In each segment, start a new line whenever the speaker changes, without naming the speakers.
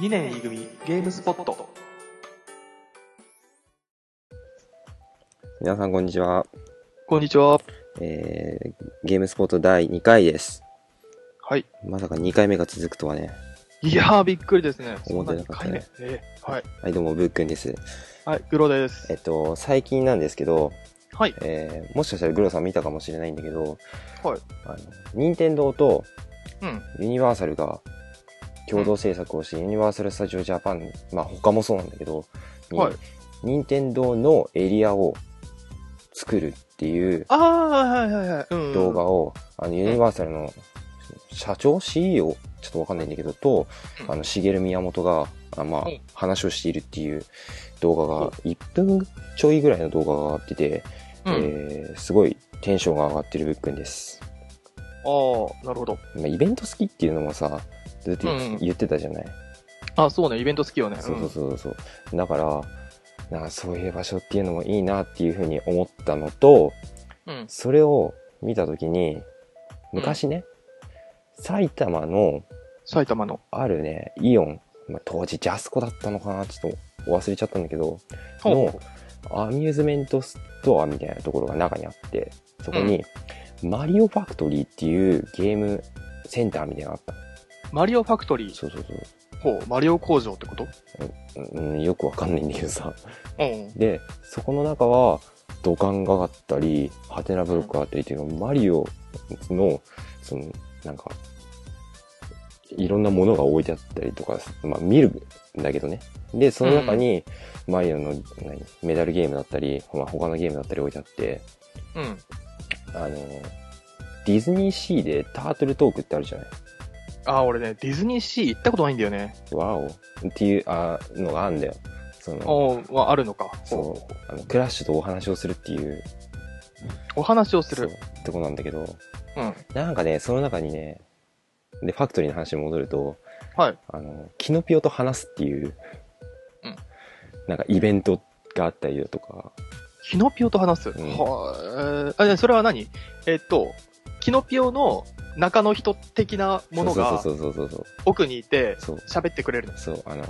2年 E 組ゲームスポット
皆さんこんにちは、
こんにちは
えー、ゲームスポット第2回です
はい
まさか2回目が続くとはね
いやーびっくりですね
思ってなかっ
そ
たね
んなに一回目ええはい
はいどうもぶっくんです
はいグロです
えっと最近なんですけど、
はい
えー、もしかしたらグロさん見たかもしれないんだけど
はい
あの任天堂と
うん
ユニバーサルが共同制作をして、ユニバーサル・スタジオ・ジャパンまあ他もそうなんだけどに
はい
任天堂のエリアを作るっていう
ああはいはいはい、うん、
動画を、あのユニバーサルの社長 CEO ちょっとわかんないんだけどと、
うん
あの茂宮本があまあ、
うん
話をしているっていう動画が1分ちょいぐらいの動画があってて、
うん、
えーすごいテンションが上がってるぶっくんです、
ああなるほど
まあ、イベント好きっていうのもさずっと
うんうん
言ってたじゃない、
あそうねイベント好きよね
そうそうそうそうだからなんかそういう場所っていうのもいいなっていうふうに思ったのと、
うん、うん、
それを見た時に昔ね、埼玉の
埼玉の
あるねイオン、まあ、当時ジャスコだったのかなちょっと忘れちゃったんだけど
ほ
のアミューズメントストアみたいなところが中にあってそこに、マリオファクトリーっていうゲームセンターみたいなのがあっ
うマリオファクトリ
た
ー
そうそうそ
ほうマリオ工場ってこと
う、うん、よくわかんないんだけどさ
うん
でそこの中は土管があったりハテナブロックがあったりっていうのマリオのそのなんかいろんなものが置いてあったりとか、まあ、見るんだけどねでその中にマリオの何メダルゲームだったり、まあ、他のゲームだったり置いてあって
うん
あのディズニーシーでタートルトークってあるじゃない
ああ俺ねディズニーシー行ったことないんだよね
ワオっていうあのがあるんだよその
おおあるのかほ
そうあのクラッシュとお話をするっていう
うお話をす
そう
る
とこなんだけど
うん
なんかね、その中にね、で、ファクトリーの話に戻ると、
はい
あの、キノピオと話すっていう、
うん
なんかイベントがあったりだとか、
キノピオと話す。
ん
はあ、えーあ、それは何えっと、キノピオの中の人的なものが
そうそうそうそう
奥にいて
そう、そう、
喋ってくれるの。
そう、あの、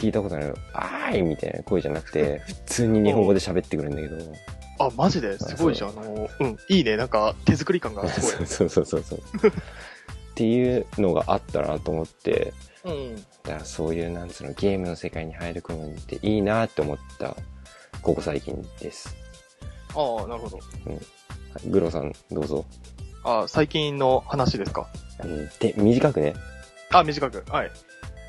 聞いたことある、あーいみたいな声じゃな くて、普通に日本語で喋ってくるんだけど、
あ、マジですごいじゃん。あの、うん、いいね。なんか手作り感がす
そう そうそうそうそう。っていうのがあったなと思って、
ごい。うん。
だからそういう、なんつうの、ゲームの世界に入り込むっていいなって思った、ここ最近です。
ああ、なるほど。
はいグロさん、どうぞ。
あー最近の話ですか。
うんで、短くね。
あ、短く。はい。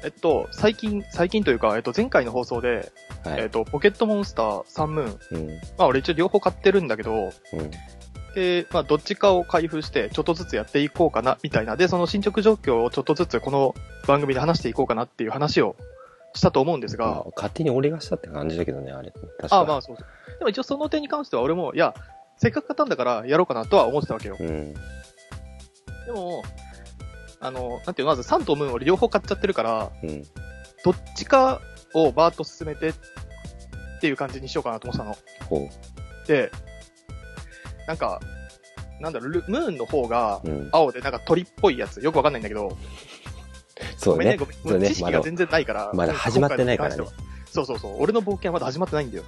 えっと、最近、最近というか、えっと、前回の放送で、
は
えっ
い。
と、ポケットモンスター、サンムーン。
うん。
まあ、俺一応両方買ってるんだけど、
うん。
で、まあ、どっちかを開封して、ちょっとずつやっていこうかな、みたいな。で、その進捗状況をちょっとずつこの番組で話していこうかなっていう話をしたと思うんです
ま
が、
あ、勝手に俺がしたって感じだけどね、あれ。確か
ああ、まあ、そうそう。でも一応その点に関しては俺も、いや、せっかく買ったんだからやろうかなとは思ってたわけよ。
うん。
でも、あの、なんていうの、まずサンとムーンを両方買っちゃってるから、
うん。
どっちかをバーッと進めてっていう感じにしようかなと思ってたの。
ほ
で、なんか、なんだろう、ルムーンの方が
う。うん。
青でなんか鳥っぽいやつ、よくわかんないんだけど、
そ
ご
う
めんね、
ね
ごめん。
そ。う
もう
ね
知。識
ま
が
だ、
全然ないから。
まだ始まってないからね
今回に関しては。そうそうそう。俺の冒険はまだ始まってないんだよ。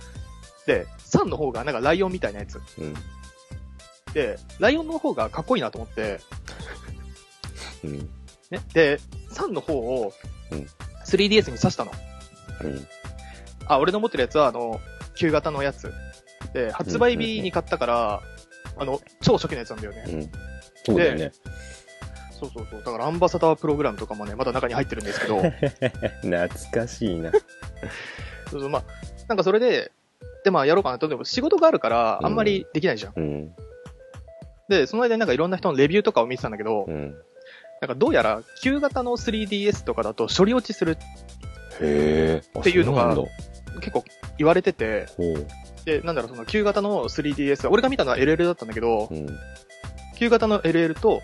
で、サンの方がなんかライオンみたいなやつ。
うん。
で、ライオンの方がかっこいいなと思って、
うん。
ね。で、サンの方を
うん、
3DS に刺したの。
うん。
あ、俺の持ってるやつはあの、旧型のやつ。で、発売日に買ったから、あの、超初期のやつなんだよね。
うん。そうだよね。
そうそうそう。だからアンバサダープログラムとかもね、まだ中に入ってるんですけ ど、
懐かしいな。
そうそう、まあ、なんかそれで、で、まあやろうかなと。でも仕事があるから、あんまりできないじゃん
うん。
で、その間になんかいろんな人のレビューとかを見てたんだけど、
うん。
なんかどうやら旧型の 3DS とかだと処理落ちする
へえ。あ
っていうのが
そう
結構言われてて、
なんだ
で、なんだろう、その旧型の 3DS は、俺が見たのは LL だったんだけど
ほう。う、ん。
旧型の LL と、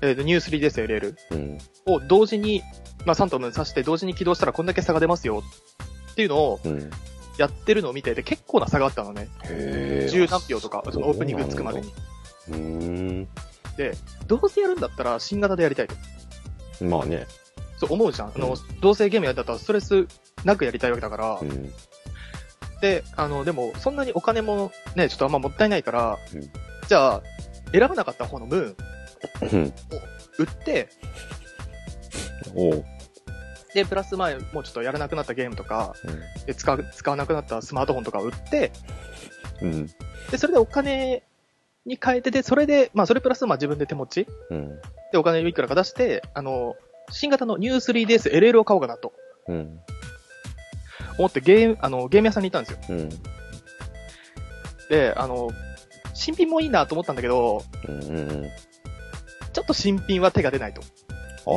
えー、ニュー 3DSLL
うん。
を同時に、まあ3と分刺して同時に起動したらこんだけ差が出ますよっていうのを
うん。
やってるのを見てて結構な差があったのね。
へえ。
十何秒とか、
あ
そのオープニングつくまで。に。
そうなんだうー
どうせやるんだったら新型でやりたいと。
ん。まあね。
そう思うじゃん。あの、
うん
どうせゲームやるんだったらストレスなくやりたいわけだから、
うん。
で、あの、でも、そんなにお金もね、ちょっとあんまもったいないから、
うん
じゃあ、選ばなかった方のムーン、
うん。
売って、
おう。
で、プラス前、もうちょっとやらなくなったゲームとか、
う
で使う、使わなくなったスマートフォンとかを売って、
ん。うん。
で、それでお金に変えて、で、それで、まあ、それプラス、まあ、自分で手持ち
うん。
で、お金をいくらか出して、あの、新型の New3DSLL を買おうかなと
うん。
思って、ゲーム、あの、ゲーム屋さんに行ったんですよ。
うん。うん。
で、あの、新品もいいなと思ったんだけど、
うん。
ちょっと新品は手が出ないと。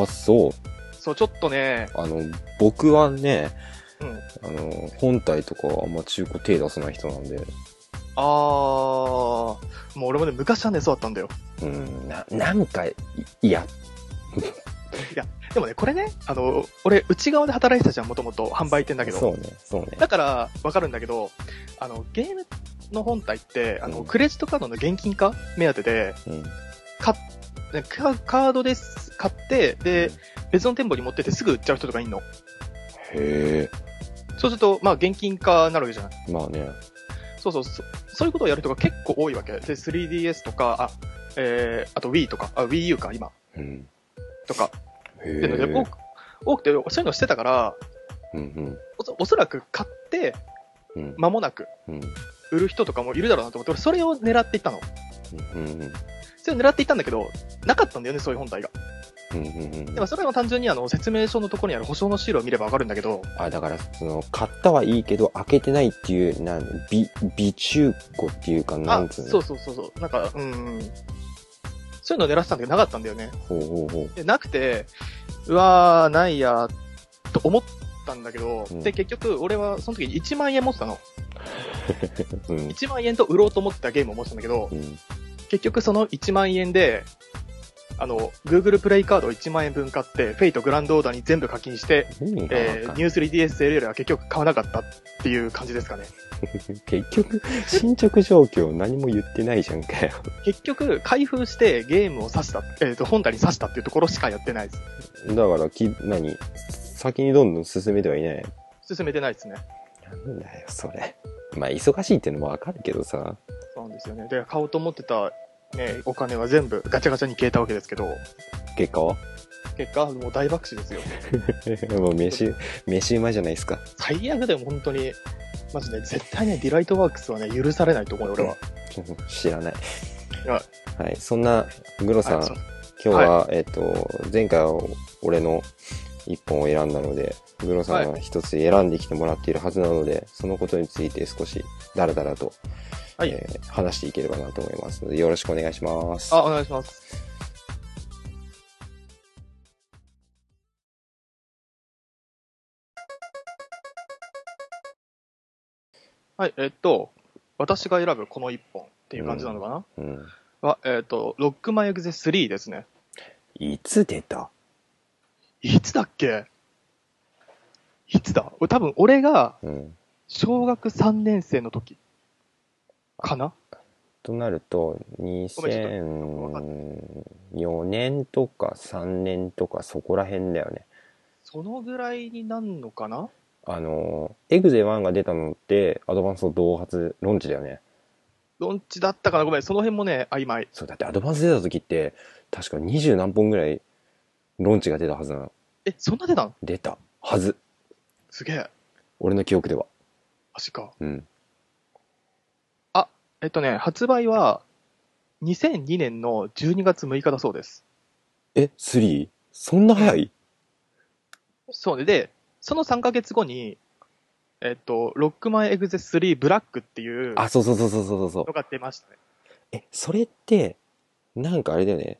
あ、そう。
そう、ちょっとね、
あの、僕はね、
うん。
あの、本体とかはあんま中古手出さない人なんで、
あー、もう俺もね、昔はね、そうだったんだよ。
うん、な、なんか、いいや、
でもね、これね、あの、俺、内側で働いてたじゃん、もともと、販売店だけど。
そうね、そうね。
だから、わかるんだけど、あの、ゲームの本体って、あの、
うん
クレジットカードの現金化目当てで、
うん。
ねカカードです、買って、で、別の店舗に持ってってすぐ売っちゃう人とかいんの。
へ
そうすると、まあ、現金化になるわけじゃん。
え、まあね、
そうそう、そそういうことをやる人が結構多いわけ。で、3DS とか、あ、えー、あと Wii とか、あ、WiiU か、今、
うん。
とか。
へ
で
え、
多く、多くて、そういうのしてたから、
うん
おそおそらく買って、
うん、うん、
間もなく
うん、
売る人とかもいるだろうなと思って、俺、それを狙っていったの。
うん、うん、
それを狙っていったんだけど、なかったんだよね、そういう本体が。
うん、うん、うん
でも、それは単純にあの、説明書のところにある保証のシールを見ればわかるんだけど、
あ、だから、その、買ったはいいけど、開けてないっていう、なん、美、美中古っていうか、な
あ
ん、つうの
そうそうそうそう、なんか、うんうん。そういうのを狙ってたんだけど、なかったんだよね。
ほうほうほう。
で、なくて、うわー、ないやと思ったんだけど、
うん
で、結局、俺はその時に1万円持ってたの。
うん、
1万円と売ろうと思ってたゲームを持ってたんだけど
う、ん、
結局その1万円で、あの、Google プレイカードを1万円分買って、フェイトグランドオーダーに全部課金して、
何が
え
わか
ー、
ん
ニュー 3DSLL は結局買わなかったっていう感じですかね。
結局、進捗状況何も言ってないじゃんかよ。
結局、開封してゲームを刺した、えっ、と、本体に刺したっていうところしかやってないです。
だから、き、何先にどんどん進めてはいない。
進めてないですね。
なんだよ、それ。まあ、忙しいってのもわかるけどさ。
そうなんですよね。で、買おうと思ってた、ね、お金は全部ガチャガチャに消えたわけですけど、
結果は
結果、もう大爆死ですよ。
もう飯、飯馬じゃないですか。
最悪でも本当に、マジで、絶対ね、ディライトワークスはね、許されないと思うよ、俺は。
知らない。
は
はい。そんな、グロさん、
はい
今日は、えっ、と、前回は俺の一本を選んだので、グロさんは一つ選んできてもらっているはずなので、そのことについて少し、だらだらと、
はい
えー話していければなと思いますので、よろしくお願いします。
あ、お願いします。はい、えっと、私が選ぶこの1本っていう感じなのかな、
うん。
は、えっと、ロックマンエグゼ3ですね。
いつ出た
いつだっけいつだ俺多分俺が
うん。
小学3年生の時かな
となると、
ごめんち
2004年とか3年とかそこら辺だよね。
そのぐらいになんのかな
あの、エグゼ1が出たのって、アドバンスと同発、ロンチだよね。
どんちだったかなごめん、その辺もね、曖昧。
そう、だってアドバンス出た時って、確か20何本ぐらい、ロンチが出たはずなの。
え、そんな出たの
出たはず。
すげえ。
俺の記憶では。
マジか。
うん。
えっとね、発売は2002年の12月6日だそうです。
え、3? そんな早い
そうね。で、その3ヶ月後に、えっと、ロックマンエグゼ3ブラックっていう
あ、そうそうそうそうそうそう
の。が出ましたね。
え、それって、なんかあれだよね。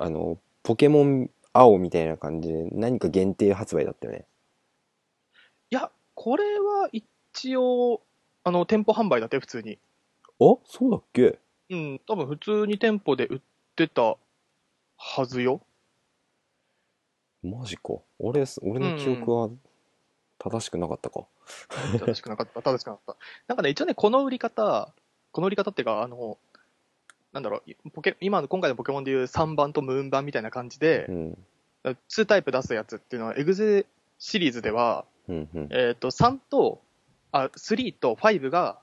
あの、ポケモン青みたいな感じで、何か限定発売だったよね。
いや、これは一応、あの、店舗販売だって、普通に。
あそうだっけ
うん、多分普通に店舗で売ってたはずよ。
マジか。俺、俺の記憶は正しくなかったか。
正しくなかった、正しくなかった。なんかね、一応ね、この売り方、この売り方っていうか、あの、なんだろう、ポケ、今の、今回のポケモンでいう3番とムーン版みたいな感じで、
うん。
だから2タイプ出すやつっていうのは、エグゼシリーズでは、
うんうん。
えっ、と、3と、あ、3と5が、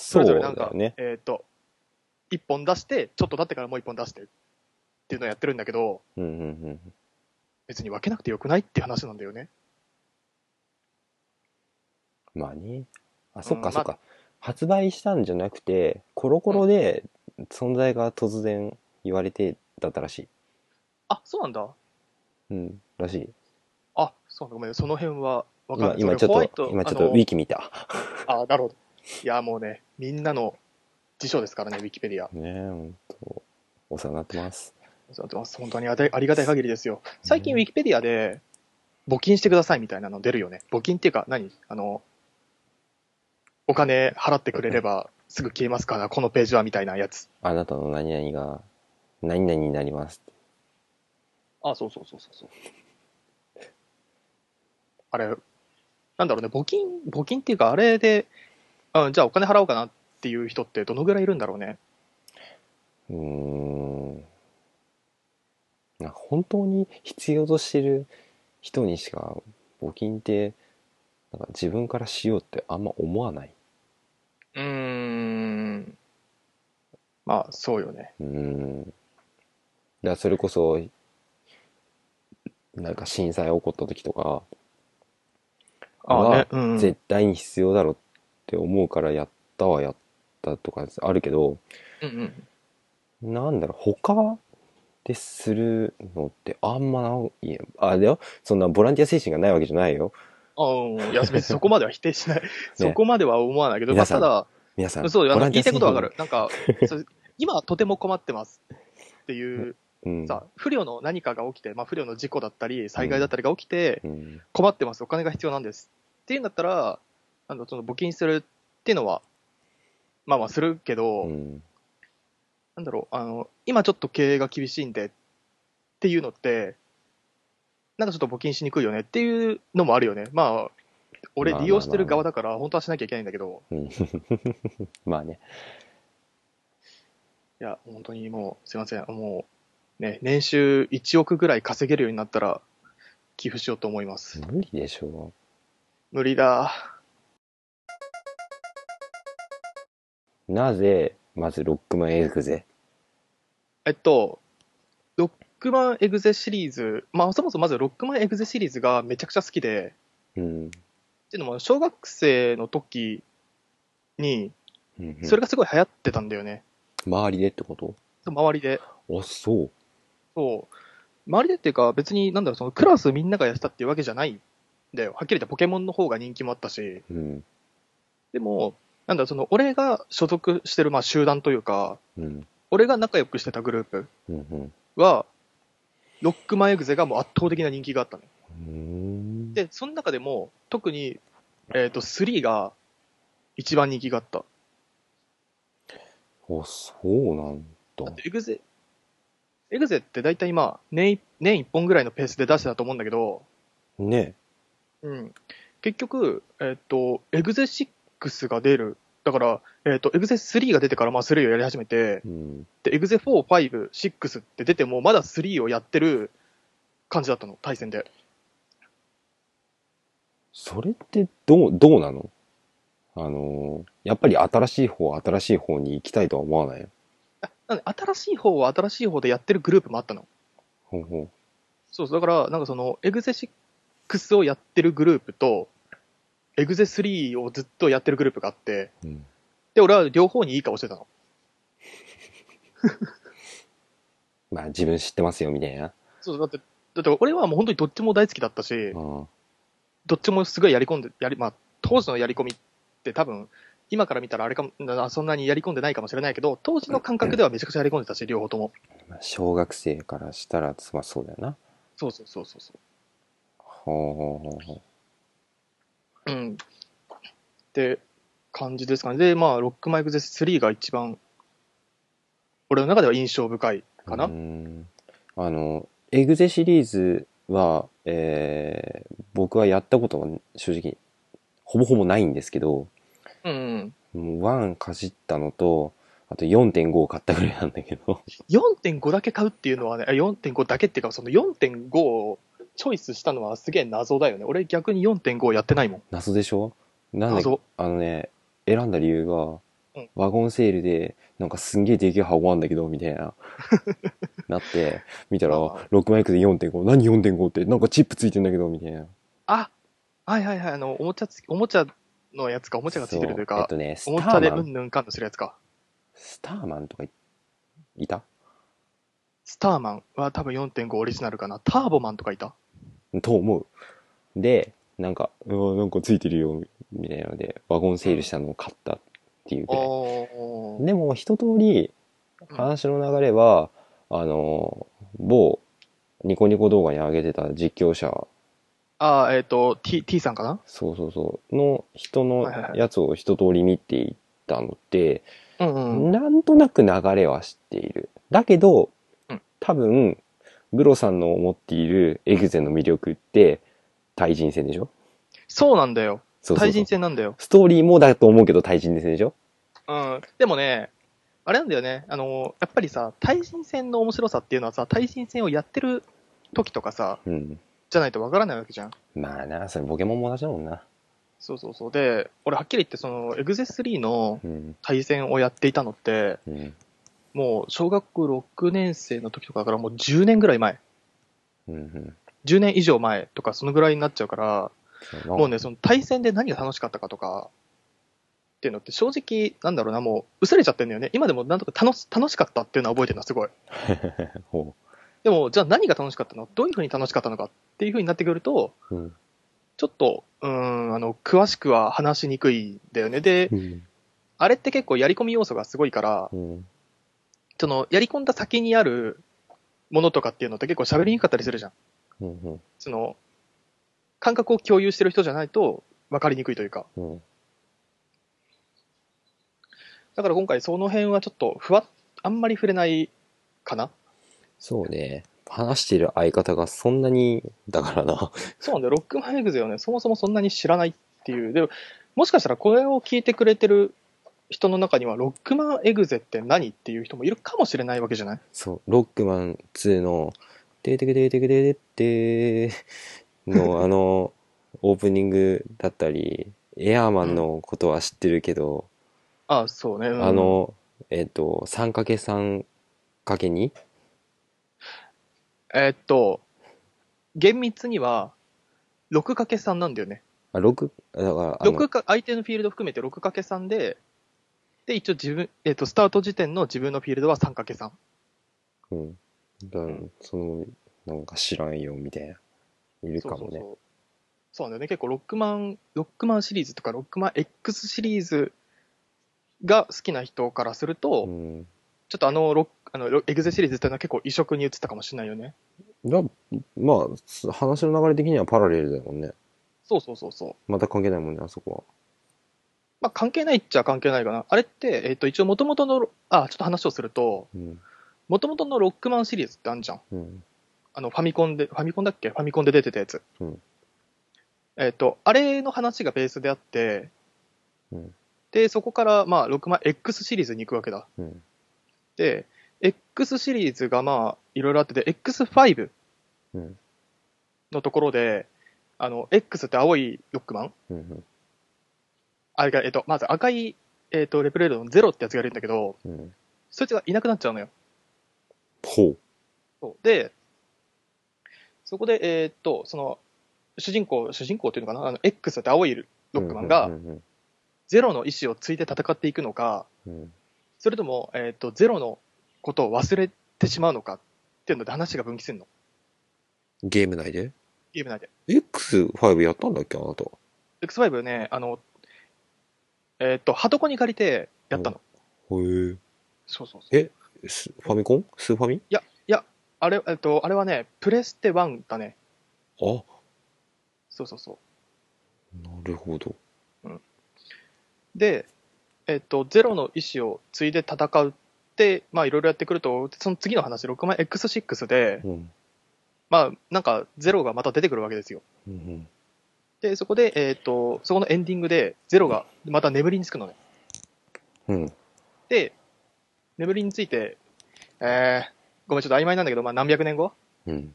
そ
そう
れぞれな
だ
んか
よ、ね。
えっ、と、1本出して、ちょっと経ってからもう1本出してっていうのをやってるんだけど、
うんうん
別に分けなくてよくないって話なんだよね。
うん。まあね。あ、そっ
う
か
ん
そっか。発売したんじゃなくて、コロコロで存在が突然言われてだったらしい。
あ、そうなんだ。
うん。らしい。
あ、そうなんだ。ごめん、その辺は分かん
今
ない。
今ち
それホ
ょ
ワイ
っ
ト
と、今ちょっ
あ
と
の
ウィキ見た。
あ、なるほど。いや、もうね、みんなの辞書ですからね、ウィキペディア。
ねえ、ほんと。お世話になってます。
そう本当にありありがたい限りですよ。最近ウ
うん
ィキペディアで、募金してくださいみたいなの出るよね。募金っていうか何、あの、お金払ってくれればすぐ消えますから、このページはみたいなやつ。
あなたの何々が、何々になります。
あ、そうそうそうそうそう。あれ、なんだろうね、募金、募金っていうか、あれで、あじゃあお金払おうかなっていう人ってどのぐらいいるんだろうね。
うーん。なんか本当に必要としてる人にしか募金って、なんか自分からしようってあんま思わない。
うーん。まあ、そうよね。
うーん。だからそれこそ、なんか震災起こった時とか、
ああね
は、
うん。
絶対に必要だろって思うからやったはやったとかあるけど、
うんうん
なんだろう、他でするのってあんまないや、あれだよ、そんなボランティア精神がないわけじゃないよ。
あうんいや、別にそこまでは否定しない。そこまでは思わないけど、ま
皆
あ、
さ
た
ん
だ、
皆さん、
そう、あ
ボラ
の
ン
言
ティ
いた
ア
い
精
ことはわ
神
かる。なんか、 そう今はとても困ってますっていう、
うん。
さ、不慮の何かが起きて、まあ、不慮の事故だったり、災害だったりが起きて、
うん。
困ってます、お金が必要なんですっていうんだったら、あのその募金するっていうのは、まあまあするけど、
うん。
なんだろうあの、今ちょっと経営が厳しいんでっていうのって、なんかちょっと募金しにくいよねっていうのもあるよね。まあ、俺
まあまあまあ
利用してる側だから、本当はしなきゃいけないんだけど、
まあね。
いや、本当にもう、すいません、もう、ね、年収1億ぐらい稼げるようになったら、寄付しようと思います。
無理でしょ
無理だ。
う。なぜ、まずロックマンエグゼ。
えっと、ロックマンエグゼシリーズ、まあそもそもまずロックマンエグゼシリーズがめちゃくちゃ好きで、
うん。
っていうのも小学生の時に、
うん
それがすごい流行ってたんだよね。
周りでってこと
そう周りで。
あ、そう。
そう。周りでっていうか別になんだろう、そのクラスみんながやってたっていうわけじゃないんだよ。はっきり言ってポケモンの方が人気もあったし、
うん。
でも、なんだろう、その俺が所属してるまあ集団というか、
うん。
俺が仲良くしてたグループ
うん。
は、ロックマンエグゼがもう圧倒的な人気があったの。
うん。
で、その中でも、特に、えっ、と、3が一番人気があった。
あ、そうなんだ
だっ。てエグゼ、エグゼって大体今、年、年1本ぐらいのペースで出してたと思うんだけど、
ね。
うん。結局、えっ、と、エグゼ6が出る。だから、えっ、と、エグゼ3が出てから、まあ3をやり始めて、
うん。
で、エグゼ4、5、6って出ても、まだ3をやってる感じだったの、対戦で。
それってどう、どうなのあのーやっぱり新しい方、新しい方に行きたいとは思わないよ。
なんで、新しい方は新しい方でやってるグループもあったの。
ほうほ
そうそう、だから、なんかその、エグゼ6をやってるグループと、エグゼ3をずっとやってるグループがあって、
う。うん。
で、俺は両方にいい顔してたの。
まあ自分知ってますよ、みたいな。
そう、だって、だって俺はもう本当にどっちも大好きだったし、
うん。
どっちもすごいやり込んで、やり、まあ、当時のやり込みって多分、今から見たらあれかも、なそんなにやり込んでないかもしれないけど、当時の感覚ではめちゃくちゃやり込んでたし、両方とも。
まあ小学生からしたら、まあそうだよな。
そうそうそうそうそ
ほうほうほうほ。
う。うん。って感じですかね。で、まあ、ロックマイクゼス3が一番、俺の中では印象深いうかな。
うーんあの、エグゼシリーズは、えー、僕はやったことは正直、ほぼほぼないんですけど、
うんうん。
もう1かじったのと、あと4.5を買ったぐらいなんだけど。
4.5だけ買うっていうのはね、あ4.5だけっていうか、その4.5をチョイスしたのはすげえ謎だよね。俺逆に4.5やってないもん。
謎でしょなんだ
謎
あのね、選んだ理由が
うん、
ワゴンセールで、なんかすんげえでけえ箱あんだけど、みたい な。なって、見たら、
あ
ロックマイクで4.5、何4.5って、なんかチップついてんだけど、みたいな。
あ、はいはいはい、あの、おもちゃつ、おもちゃのやつか、おもちゃがついてるという
そうえっ
か、
とね、スタ
おもちゃで
ーマ
う
ン、
んぬんかんとするやつか。
スターマンとかいいた
スターマンは多分4.5オリジナルかな。ターボマンとかいた
と思う。で、なんか、うわ、なんかついてるよ、みたいなので、ワゴンセールしたのを買ったっていうぐらい。
おー。
でも、一通り、話の流れは、あの、某、ニコニコ動画に上げてた実況者、
あー、えっ、と、T、T さんかな
そうそうそう、の人の
はいはいはい
やつを一通り見ていったので、
うんうん。
なんとなく流れは知っている。だけど
うん、
多分、グロさんの持っているエグゼの魅力って、対人戦でしょ
そうなんだよ。
そうそうそう
対人戦なんだよ。
ストーリーもだと思うけど対人戦でしょ
うん。でもね、あれなんだよね。あの、やっぱりさ、対人戦の面白さっていうのはさ、対人戦をやってる時とかさ、
うん。
じゃないとわからないわけじゃん。
まあな、それポケモンも同じだもんな。
そうそうそう。で、俺はっきり言って、その、エグゼ3の
うん。
対戦をやっていたのって、
うん。
もう、小学校6年生の時とかだからもう10年ぐらい前。
うんうん。
10年以上前とか、そのぐらいになっちゃうから、もうね、その対戦で何が楽しかったかとか、っていうのって正直、なんだろうな、もう、薄れちゃってんだよね。今でもなんとか楽し楽しかったっていうのは覚えてるの、すごい。
ね、ほ
でも、じゃあ何が楽しかったのどういうふうに楽しかったのかっていうふうになってくると、
う。うん。
ちょっと、うーん、あの、詳しくは話しにくいんだよね。で、あれって結構やり込み要素がすごいから、
うん。
その、やり込んだ先にあるものとかっていうのって結構喋りにくかったりするじゃん。
うん。
その、感覚を共有してる人じゃないと分かりにくいというか。
うん。
だから今回その辺はちょっとふわっ、あんまり触れないかな。
そうね。話してる相方がそんなに、だから な。
そうなんだよ。ロックマンエグゼをね、そもそもそんなに知らないっていう。で、もしかしたらこれを聞いてくれてる人の中には、ロックマンエグゼって何っていう人もいるかもしれないわけじゃない
そう、ロックマン2の、てーてけてーてけてーてーの、あの、オープニングだったり、エアーマンのことは知ってるけど、
ああ、そうね。うん
あ、の、えっ、と、3×3×2?
えーっと、厳密には、6×3 なんだよね。
あ、6、だから、あの
6か、相手のフィールド含めて 6×3 で、で、一応自分、えーっと、スタート時点の自分のフィールドは 3×3。
うん。だ
ん
その、なんか知らんよ、みたいな。いるかもね。
そうそうなんだよね結構ロックマンロックマンシリーズとかロックマン X シリーズが好きな人からすると、
うん。
ちょっとあのロックあのロエグゼシリーズっていうのは結構異色に映ったかもしれないよね
だまあ、す話の流れ的にはパラレルだもんね。
そうそうそうそう
また関係ないもんね、あそこ
まあ関係ないっちゃ関係ないかなあれって、えっと一応元々のロあちょっと話をすると
は。うん。
元々のロックマンシリーズってあるじゃん
うん。
あのファミコンでファミコンだっけファミコンで出てたやつ、
うん
えっとあれの話がベースであって、
うん
でそこからまあロックマン X シリーズに行くわけだ
うん。
で、X シリーズがまあ、いろいろあってて、X5
うん。
のところで、あの、X って青いロックマン
うん。
あれが、えっと、まず赤い、えっと、レプレードのゼロってやつがいるんだけど、
うん。
そいつがいなくなっちゃうのよ。
ほ
そうで、そこで、えっと、その、主人公、主人公っていうのかなあの、X って青いロ
う。
ックマン
う
が、
ん。
ゼロの意志を継いで戦っていくのか、
うん。
それとも、えっと、ゼロのことを忘れてしまうのかっていうので話が分岐するの。
ゲーム内で
ゲーム内で。
?X5 やったんだっけ、あなた。
X5 ね、あの、えーっと、ハトコに借りてやったの。
へ
そうそうそう。
ええ。スファミコンスーファミ
あれ、えーっと、あれはね、プレステ1だね。
あ、な
そうそうそ
るほど。
う。で、えーっと、ゼロの意思を継いで戦うって、まあ、いろいろやってくると、その次の話、6万 X6 で、
うん。
まあ、なんか、ゼロがまた出てくるわけですよ。
うん。
で、そこで、えーっと、そこのエンディングで、ゼロがまた眠りにつくのね。
うん。
で、眠りについて、えー、ごめん、ちょっと曖昧なんだけど、まあ、何百年後
うん。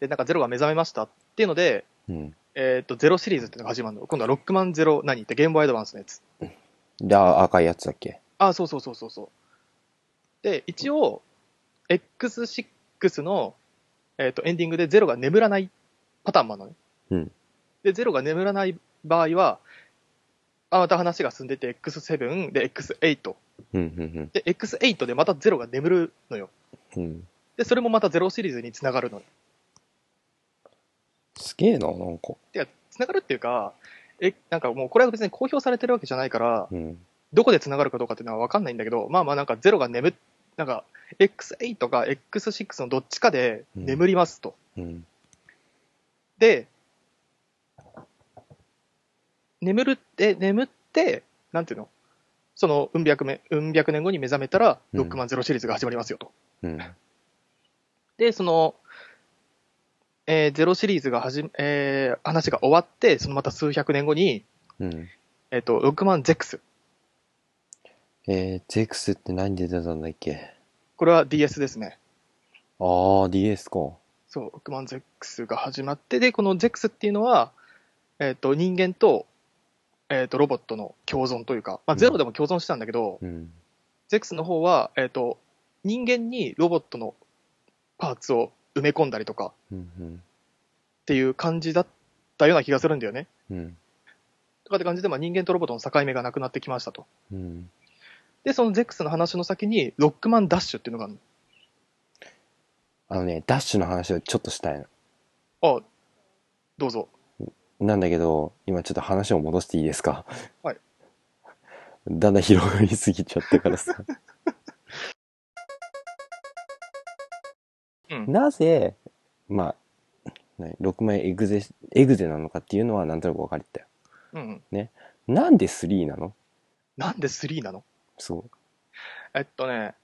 で、なんかゼロが目覚めましたっていうので、
うん。
えーっと、ゼロシリーズっていうのが始まるの。今度はロックマンゼロ何ってゲームボーイアドバンスのやつ。
で、あ赤いやつだっけ
あ、そうそうそうそうそう。で、一応、X6 の、えーっと、エンディングでゼロが眠らないパターンもあるのね。
うん
で、ゼロが眠らない場合は、あ、また話が進んでて、X7 で X8。
うん、うん、
で、X8 でまたゼロが眠るのよ。
うん。うん。
で、それもまたゼロシリーズにつながるのよ。
すげえな、なんか。
てか、つながるっていうか、え、なんかもうこれは別に公表されてるわけじゃないから、
うん。
どこでつながるかどうかっていうのはわかんないんだけど、まあまあなんかゼロが眠っ、なんか X8 か X6 のどっちかで眠りますと。
うん。
で、眠るって、眠って、なんていうのその、うん百年、うん百年後に目覚めたら、
うん
ロックマンゼロシリーズが始まりますよと。
うん。
で、その、えーゼロシリーズが始め、えー話が終わって、そのまた数百年後に、
うん。
えっ、と、ロックマンゼックス。
えー、ゼクスって何で出たんだっけ
これは DS ですね。
あー、DS か。
そう、ロックマンゼックスが始まって、で、このゼックスっていうのは、えっ、と、人間と、えっ、と、ロボットの共存というか、まあ、ゼロでも共存してたんだけど、
うん。
ゼックスの方は、えっ、と、人間にロボットのパーツを埋め込んだりとか
うん、
っていう感じだったような気がするんだよね。
うん。うん。
とかって感じで、まあ、人間とロボットの境目がなくなってきましたと。
うん。
で、そのゼックスの話の先に、ロックマンダッシュっていうのがあるの
あのね、ダッシュの話をちょっとしたいの。
あどうぞ。
なんだけど、今ちょっと話を戻していいですか
はい。
だんだん広がりすぎちゃったからさ。
うん
なぜ、まあ、ね6枚エグゼ、エグゼなのかっていうのはなんとなく分かれてたよ。
うんうん。
なんで3なの
なんで3なの
そう。
えっとね、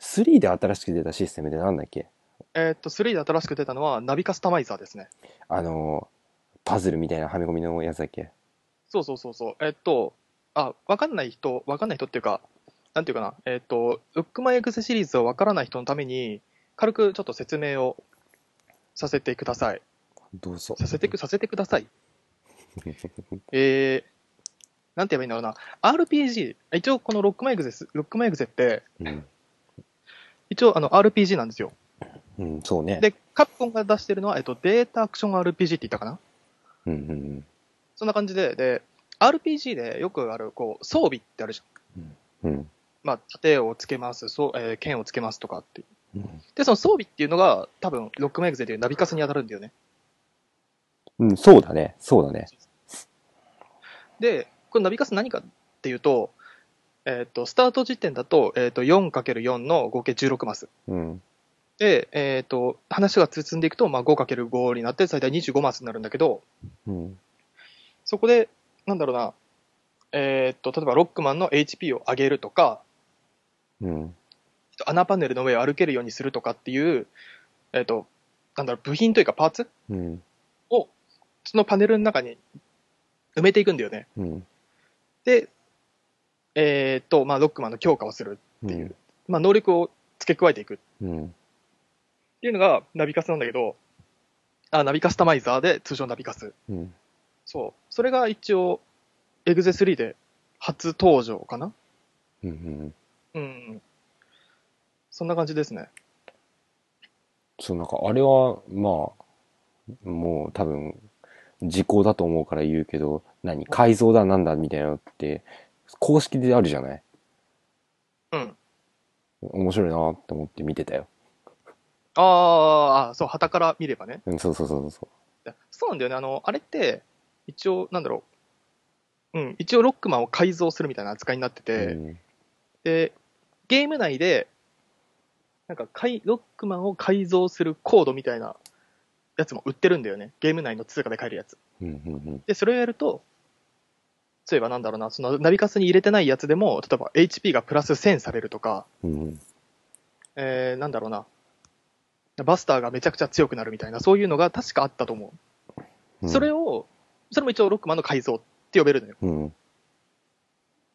3で新しく出たシステムでなんだっけ
えっと、3で新しく出たのは、ナビカスタマイザーですね。
あの、パズルみたいなはめ込みのやつだっけ
そうそうそうそう。えっと、あ、わかんない人、わかんない人っていうか、なんていうかな、えっと、ロックマンエグゼシリーズをわからない人のために、軽くちょっと説明をさせてください。
どうぞ。
させてく、させてください。えー、なんて言えばいいんだろうな。RPG、一応このロックマンエグゼス、ロックマンエグゼって、
うん。
一応あの RPG なんですよ。
うん、そうね。
で、カプコンが出してるのは、えっと、データアクション RPG って言ったかな
うんうん
そんな感じで、で、RPG でよくある、こう、装備ってあるじゃん。
うん。うん。
まあ、盾をつけます、そう、えー剣をつけますとかって。
うん
で、その装備っていうのが、多分、ロックメイクゼでいうナビカスに当たるんだよね。
うん、そうだね。そうだね。
で、このナビカス何かっていうと、えっ、と、スタート時点だと、えっ、と、4×4 の合計16マス。
うん。
で、えっ、と、話が進んでいくと、まあ、5×5 になって、最大25マスになるんだけど、
うん。
そこで、なんだろうな、えっ、と、例えば、ロックマンの HP を上げるとか、
うん。
穴パネルの上を歩けるようにするとかっていう、えっ、と、なんだろう、部品というかパーツ
うん。
をそのパネルの中に埋めていくんだよね。
うん。
で、えーっと、まあ、ロックマンの強化をする。
って
いう。まあ、能力を付け加えていくっ
うん。
ていうのがナビカスなんだけど、あ、ナビカスタマイザーで通常ナビカス。
うん。
そう。それが一応、エグゼ3で初登場かな
うん。うん。
うんうん。そんな感じですね。
そう、なんか、あれは、まあ、もう多分、時効だと思うから言うけど、何改造だなんだみたいなのって、公式であるじゃない
うん。
面白いなって思って見てたよ。
あーあ、そう、旗から見ればね。
うん、そうそうそうそ
いやそうなんだよね。あの、あれって、一応、なんだろう。うん、一応ロックマンを改造するみたいな扱いになって
う。
て、
うん
で、ゲーム内で、なんかかい、ロックマンを改造するコードみたいなやつも売ってるんだよね。ゲーム内の通貨で買えるやつ。
うん。うん。
で、それをやると、そういえばなんだろうな、そのナビカスに入れてないやつでも、例えば HP がプラス1000されるとか、
うん。うん。
えー、なんだろうな、バスターがめちゃくちゃ強くなるみたいな、そういうのが確かあったと思う。
うん
それを、それも一応ロックマンの改造って呼べるのよ。
うん。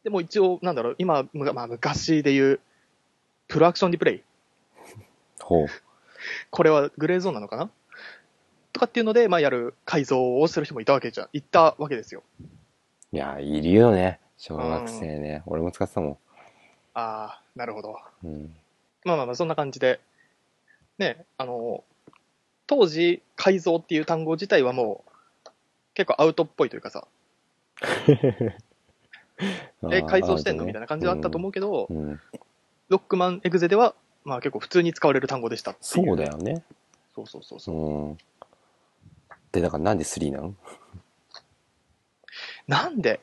でも一応、なんだろう、今、むまあ、昔で言う、プロアクションリプレイ。
ほう。
これはグレーゾーンなのかなとかっていうので、まあ、やる改造をする人もいたわけじゃ、いたわけですよ。
いや、いるよね。小学生ね。俺も使ってたも
ああ、なるほど。
ん。うん。
まあまあまあ、そんな感じで。ね、あの、当時、改造っていう単語自体はもう、結構アウトっぽいというかさ、え、改造してんのみたいな感じはあったと思う
う。
けど、
うん。うん
ロックマンエグゼでは、まあ結構普通に使われる単語でしたってい
そうだ。よね。
そうそうそうそうう。
ん。で、だからなんで3なん
なんで、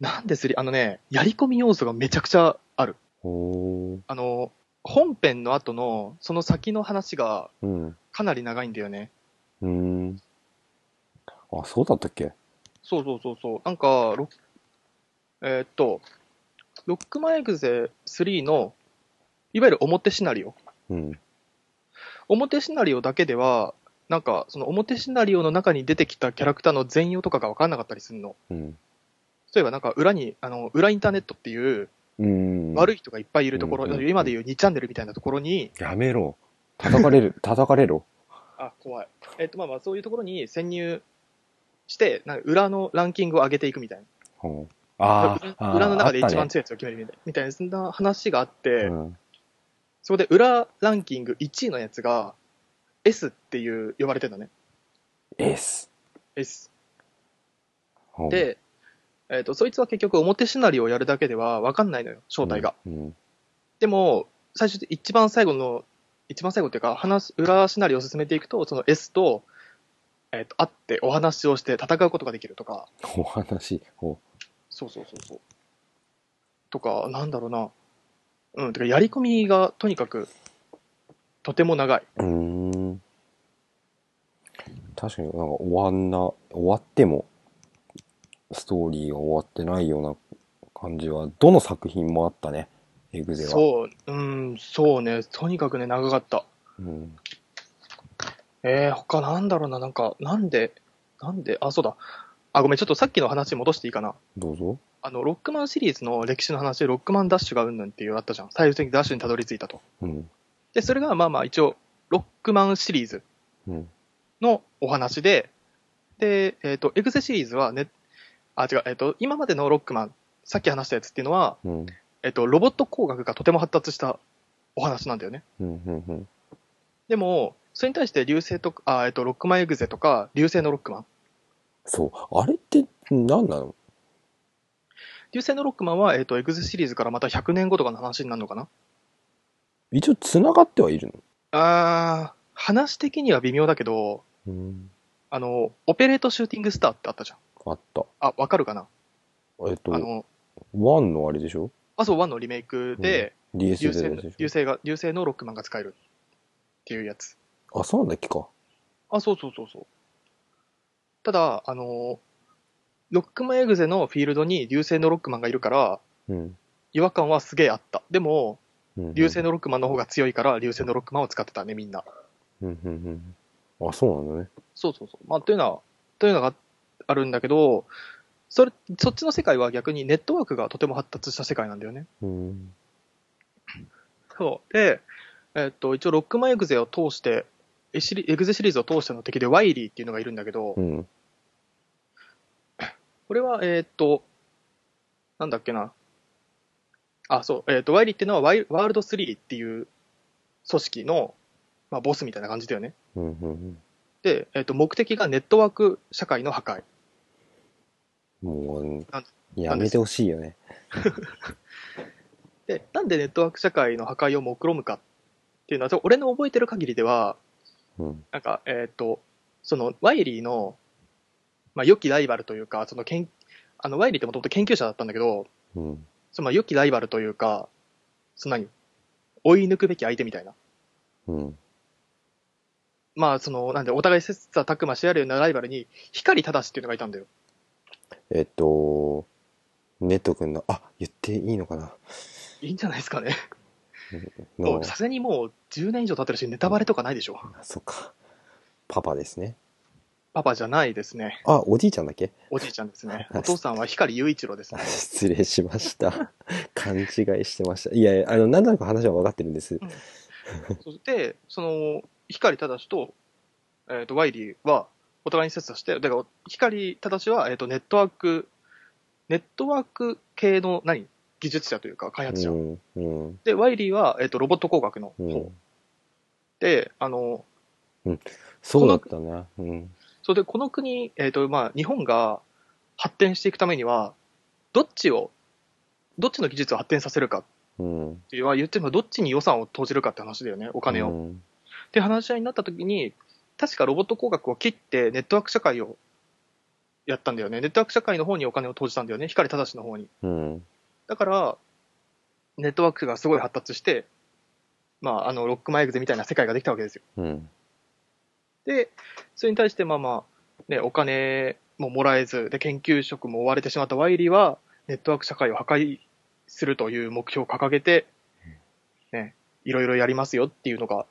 なんですり、あのね、やり込み要素がめちゃくちゃある。
ほ
あの、本編の後の、その先の話が
う。うん。
かなり長いんだよね。
うん。あ、そうだったっけ
そうそうそうそう。なんか、ロッえーっと、ロックマンエグゼ3の、いわゆる表シナリオ。
うん。
表シナリオだけでは、なんか、その表シナリオの中に出てきたキャラクターの全容とかが分かんなかったりするの。
うん。
例えばなんか裏に、あの、裏インターネットっていう
うん。
悪い人がいっぱいいるところ、
うんうんうん
今でいう2チャンネルみたいなところに、
やめろ。叩かれる。 叩かれろ。
あ、怖い。えっと、まあまあ、そういうところに潜入して、なんか裏のランキングを上げていくみたい
ほう。
な。
あー
裏
あー。
裏の中で
あっ
一
たね
番強いやつを決めるみたいな、みたいな、そんな話があって、
うん。
そこで裏ランキング1位のやつが、S っていう呼ばれてるのね。
S。
S。
ほう、
で、えっ、と、そいつは結局表シナリオをやるだけでは分かんないのよ、正体が。
うん。
でも、最終的一番最後の、一番最後っていうか、話す、裏シナリオを進めていくと、その S と、えっ、と、会ってお話をして戦うことができるとか、
お話。ほ
そうそうそうそう。とか、なんだろうな。うん、てか、やり込みがとにかく、とても長い。
う。うーん。確かになんか終わんな、終わっても、ストーリーが終わってないような感じは、どの作品もあったね。エグゼは。
そう、うん、そうね、とにかくね、長かった。
うん。
えー、他なんだろうな、なんか、なんで、なんで、あ、そうだ。あ、ごめん、ちょっとさっきの話戻していいかな。
どうぞ。
あの、ロックマンシリーズの歴史の話で、ロックマンダッシュがうんぬんっていうあったじゃん。最終的にダッシュにたどり着いたと。
うん。
で、それがまあまあ一応、ロックマンシリーズ
うん。
のお話で、で、えっ、と、エグゼシリーズはね、あ、違う、えっ、と、今までのロックマン、さっき話したやつっていうのは、
うん。
えっ、と、ロボット工学がとても発達したお話なんだよね。
うん。うん。うん。
でも、それに対して流星とか、あ、えっ、と、ロックマンエグゼとか、流星のロックマン。
そう。あれって何なの
流星のロックマンは、えっ、と、エグゼシリーズからまた100年後とかの話になるのかな
一応繋がってはいる
あー、話的には微妙だけど、
のうん。
あの、オペレートシューティングスターってあったじゃん。
あった。
あ、わかるかな
えっと
あ、の、
ワンのあれでしょ
アソ1のリメイクで、流
?DS
星
で
の
でしょ
流星が、流星のロックマンが使えるっていうやつ。
あ、そうなんだっけか。
あ、そうそうそうそう。ただ、あの、ロックマンエグゼのフィールドに流星のロックマンがいるから、
うん。
違和感はすげえあった。でも、
うん
流星のロックマンの方が強いから、流星のロックマンを使ってたね、みんな。
うんうんうん。あ、そうなんだね。
そうそうそう。まあ、というのは、というのがあるんだけど、それ、そっちの世界は逆にネットワークがとても発達した世界なんだよね。
うん。
そう。で、えっと、一応、ロックマンエグゼを通して、エシリエグゼシリーズを通しての敵で、ワイリーっていうのがいるんだけど
う、ん。
これは、えっと、なんだっけな。あ、そう。えっと、ワイリーっていうのはワイ、ワールド3っていう組織の、まあ、ボスみたいな感じだよね。
うんうん
で、えっと、目的がネットワーク社会の破壊。
うん。も
あ
う、やめてほしいよね。
で、なんでネットワーク社会の破壊を目論むかっていうのは、ちょ俺の覚えてる限りでは、
うん。
なんか、えっ、と、その、ワイリーの、まあ、良きライバルというか、その、けんあの、ワイリーってもともと研究者だったんだけど、
うん。
その、まあ、良きライバルというか、その何追い抜くべき相手みたいな。
うん。
まあ、その、なんで、お互い切磋琢磨し合えるようなライバルに、光正っていうのがいたんだよ。
えっと、ネット君の、あ、言っていいのかない
いんじゃないですかね。も
の
う、さすがにもう、10年以上経ってるし、ネタバレとかないでしょ。
あそっか。パパですね。
パパじゃないですね。
あ、おじいちゃんだっけ
おじいちゃんですね。
はい
お父さんは光雄一郎ですね。
失礼しました。勘違いしてました。いやいや、あの、なんとなく話は分かってるんです。
そして、その、光正と、えっ、と、ワイリーは、お互いに切磋して、だから、光正は、えっ、と、ネットワーク、ネットワーク系の、何技術者というか、開発
う
者。
ん、うん、
で、ワイリーは、えっ、と、ロボット工学の方、
うん。
で、あの、
そうだったな。うん。
それで、この国、えっ、と、まあ、日本が発展していくためには、どっちを、どっちの技術を発展させるか
うん。
っていう、は言ってもどっちに予算を投じるかって話だよね、お金を。
うん
って話し合いになった時に、確かロボット工学を切ってネットワーク社会をやったんだよね。ネットワーク社会の方にお金を投じたんだよね。光正の方に。
うん。
だから、ネットワークがすごい発達して、まあ、あの、ロックマイグゼみたいな世界ができたわけですよ。
うん。
で、それに対して、まあまあ、ね、お金ももらえず、で、研究職も追われてしまったワイリーは、ネットワーク社会を破壊するという目標を掲げて、ね、いろいろやりますよっていうのが、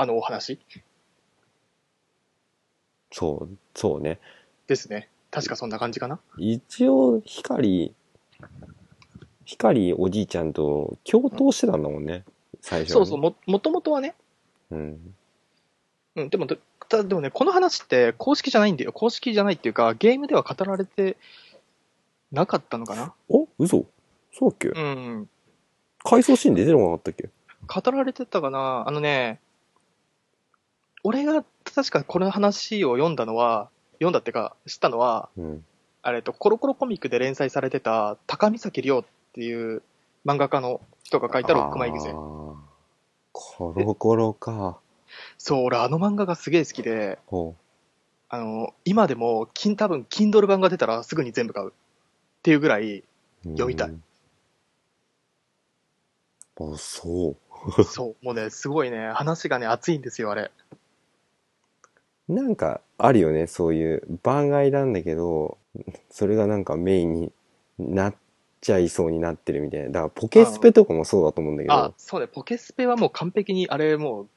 あのお話
そう、そうね。
ですね。確かそんな感じかな。
一応、光、光おじいちゃんと共闘してたんだもんね。最初
そ
は
う
ね
そう、も、もともとはね。
うん。
うん、でも、でたでもね、この話って公式じゃないんだよ。公式じゃないっていうか、ゲームでは語られてなかったのかな。
お嘘そうだっけ
うん。
回想シーン出てこなかったっけ
語られてたかな。あのね、俺が確かこの話を読んだのは、読んだってか、知ったのは、
うん。
あれと、コロコロコミックで連載されてた、高見崎亮っていう漫画家の人が書いたロックマイグゼ
あ。ーコロコロか。
そう、俺あの漫画がすげえ好きで、
ほ
あの、今でも、金、多分、Kindle 版が出たらすぐに全部買う。っていうぐら い、
う。
読みたい
うん。あ、そう。
そう、もうね、すごいね、話がね、熱いんですよ、あれ。
なんかあるよね、そういう番外なんだけど、それがなんかメインになっちゃいそうになってるみたいな。だからポケスペとかもそうだと思うんだけ
あ
ど、、
そうね、ポケスペはもう完璧に、あれ、もう、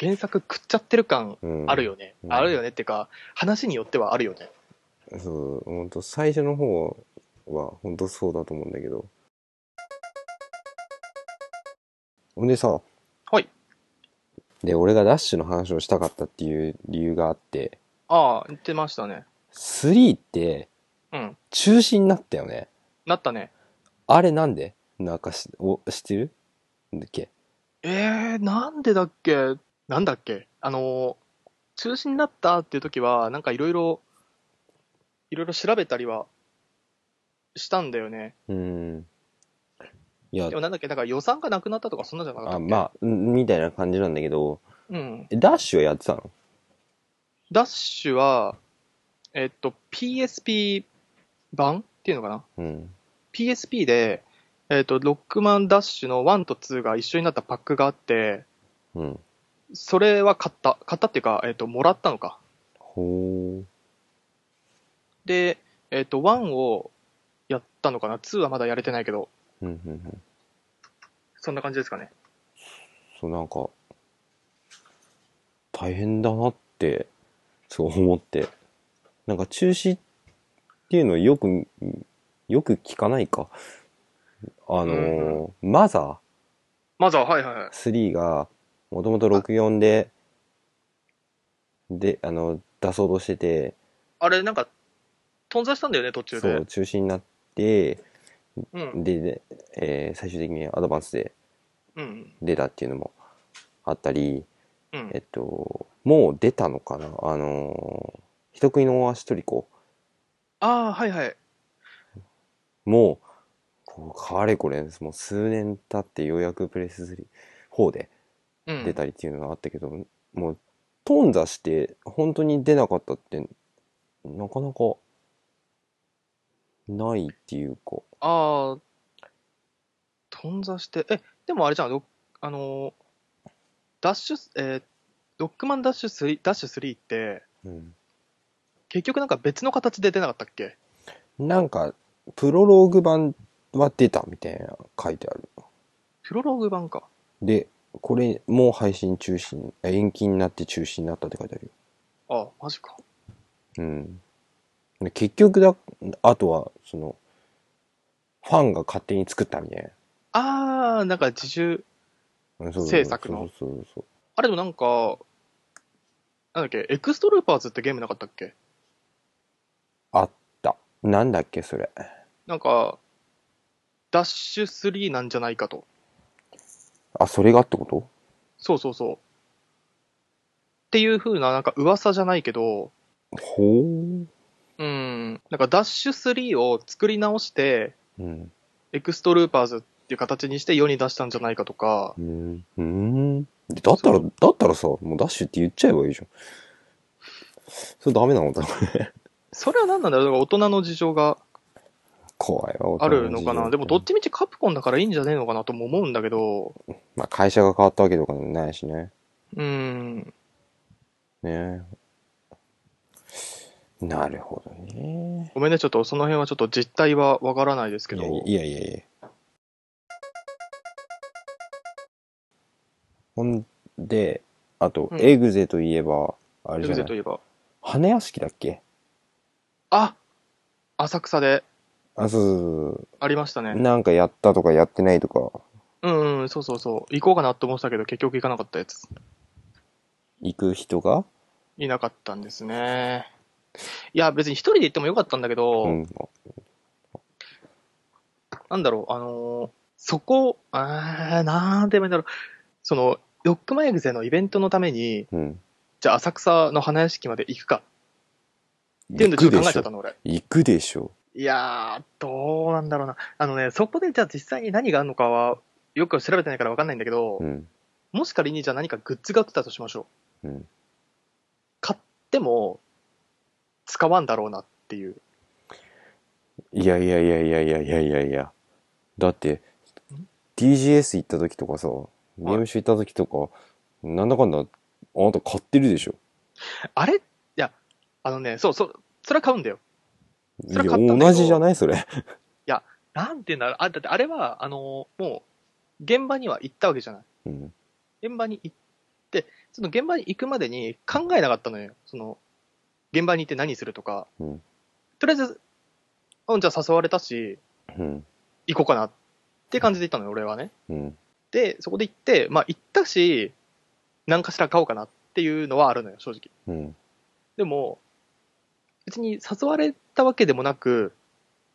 原作食っちゃってる感
うん、
ある。よね。
うん
あるよねっていうか、話によってはあるよね。
そう、本当最初の方は本当そうだと思うんだけど。ほんでさ、
はい。
で、俺がダッシュの話をしたかったっていう理由があって、
ああ、言ってましたね。
3って
うん。
中止になったよね。
なったね。
あれなんでなんかし、お、知ってるんだっけ
えー、なんでだっけなんだっけあの、中止になったっていう時は、なんかいろいろ、いろいろ調べたりはしたんだよね。
うん。いや
で、もなんだっけ、だから予算がなくなったとか、そんなじゃなかったっ
あ
け
まあ、んみたいな感じなんだけど、
うん。
ダッシュはやってたの
ダッシュは、えっと、PSP 版っていうのかな
うん。
?PSP で、えっと、ロックマンダッシュの1と2が一緒になったパックがあって、
うん。
それは買った。買ったっていうか、えっと、もらったのか。
ほ
で、えっと、1をやったのかな ?2 はまだやれてないけど、
う。うん、うん、うん。
そんな感じですかね。
そう、なんか、大変だなって、そう思って。なんか中止っていうのをよく、よく聞かないか。あのー、マザー
まずは、はいはいはい。
3がもともと64でであの出そうとしてて
あれ、なんか、頓挫したんだよね、途中
そ
で
う。中止になって
うん。
でで、えー最終的にアドバンスで
うん。
出たっていうのもあったり
うん
えっ。ともう出たのかなあのー「人食いの大足トリコ
ああ、はいはい。」
もうこうかれこれもう数年経ってようやくプレス3 4で
うん。
出たりっていうのがあったけど、もう頓挫して本当に出なかったってなかなかないっていうか
ああ、頓挫して、え、でもあれじゃん、ロッあのー、ダッシュ、えーロックマンダッシュ3、ダッシュ3って、
うん、
結局なんか別の形で出なかったっけ
なんかプロローグ版は出たみたいな書いてある
プロローグ版か。
でこれもう配信中止に延期になって中止になったって書いてあるよ
あ、マジか。
うん。で結局だ、あとは、その、ファンが勝手に作ったみたい
あー、なんか自重。
なうん。そうそう
制作の。
そうそうそう。
あれでもなんか、なんだっけ、エクストルーパーズってゲームなかったっけ
あった。なんだっけ、それ。
なんか、ダッシュ3なんじゃないかと。
あ、それがってこと
そうそうそう。っていう風な、なんか噂じゃないけど、
ほう。
うん、なんかダッシュ3を作り直して、
うん。
エクストルーパーズっていう形にして世に出したんじゃないかとか、
うん。うん。でだったら、だったらさ、もうダッシュって言っちゃえばいいじゃん。それダメなの だ。
それは何なんだろう大人の事情が
怖いわ。
あるのかな。でもどっ
ち
ちみちカプコンだからいいんじゃねえのかなとも思うんだけど、
まあ会社が変わったわけとかでもないしね。
うん、
ねえなるほどね。
ごめんね、ちょっとその辺はちょっと実態はわからないですけど、
いやいやいやいや。ほんで、あと、
うん
エグゼといえば、あ
エ
れじ
グ
ゃ
ゼ
な
と
い。
いえば、
羽屋敷だっけ
あ浅草で
あ、そうそう
ありました
そう。
ね。
なんかやったとかやってないとか、
うん、うん、そうそうそう。行こうかなと思ってたけど、結局行かなかったやつ。
行く人が、
いなかったんですね。いや、別に一人で行ってもよかったんだけど、
うん、
なんだろう、あのーそこ、あーなんて言えばいいんだろう。その、ロックマンエグゼのイベントのために、
うん。
じゃあ浅草の花屋敷まで行くかっていうの
行
をちょっと
くで
考え
し
ちゃっ
ょ
た。の、俺。
行くでしょ。
いやー、どうなんだろうな。あのね、そこでじゃあ実際に何があるのかは、よく調べてないからわかんないんだけど、
うん。
もし仮にじゃあ何かグッズが売ってたとしましょう。
うん
買っても、使わんだろうなっていう。
いやいやいやいやいやいやいやいや。だって
ん、
TGS 行った時とかさ、ゲームショー行った時とか、なんだかんだ、あなた買ってるでしょ。
あれいや、あのね、そう、そ、それは買うんだよ。
い
そ
や、
れ買ったんだけど
同じじゃないそれ。
なんていうんだろう。あ、だってあれは、あの、もう、現場には行ったわけじゃない。
うん。
現場に行って、その現場に行くまでに考えなかったのよ。その、現場に行って何するとか。
うん
とりあえず、うん、じゃあ誘われたし、
うん。
行こうかなって感じで行ったのよ、俺はね。
うん。
で、そこで行って、まあ行ったし、何かしら買おうかなっていうのはあるのよ、正直。
うん。
でも、別に誘われたわけでもなく、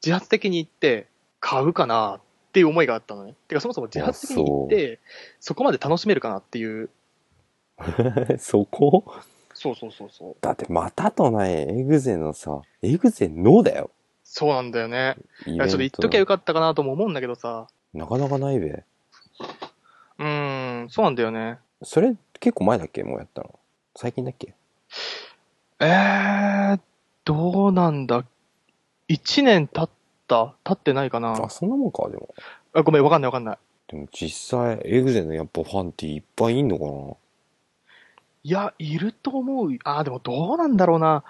自発的に行って、買うかなっていう思いがあったのね。てか、そもそも自発的に行って、そこまで楽しめるかなっていう。
そこ
そうそうそうそう。
だって、またとないエグゼのさ、エグゼのだよ。
そうなんだよね。
イ
い
ベ
や
ン
ちょっと
ト
言っときゃよかったかなとも思うんだけどさ。
なかなかないべ。
うーん、そうなんだよね。
それ、結構前だっけもうやったの。最近だっけ
えー、どうなんだ。一年経った経ってないか
あ、
な
そんなもんか、でも。
あごめん、わかんないわかんない。
でも実際、エグゼのやっぱファンっていっぱいいんのかない
や、いると思う。ああ、でもどうなんだろうな。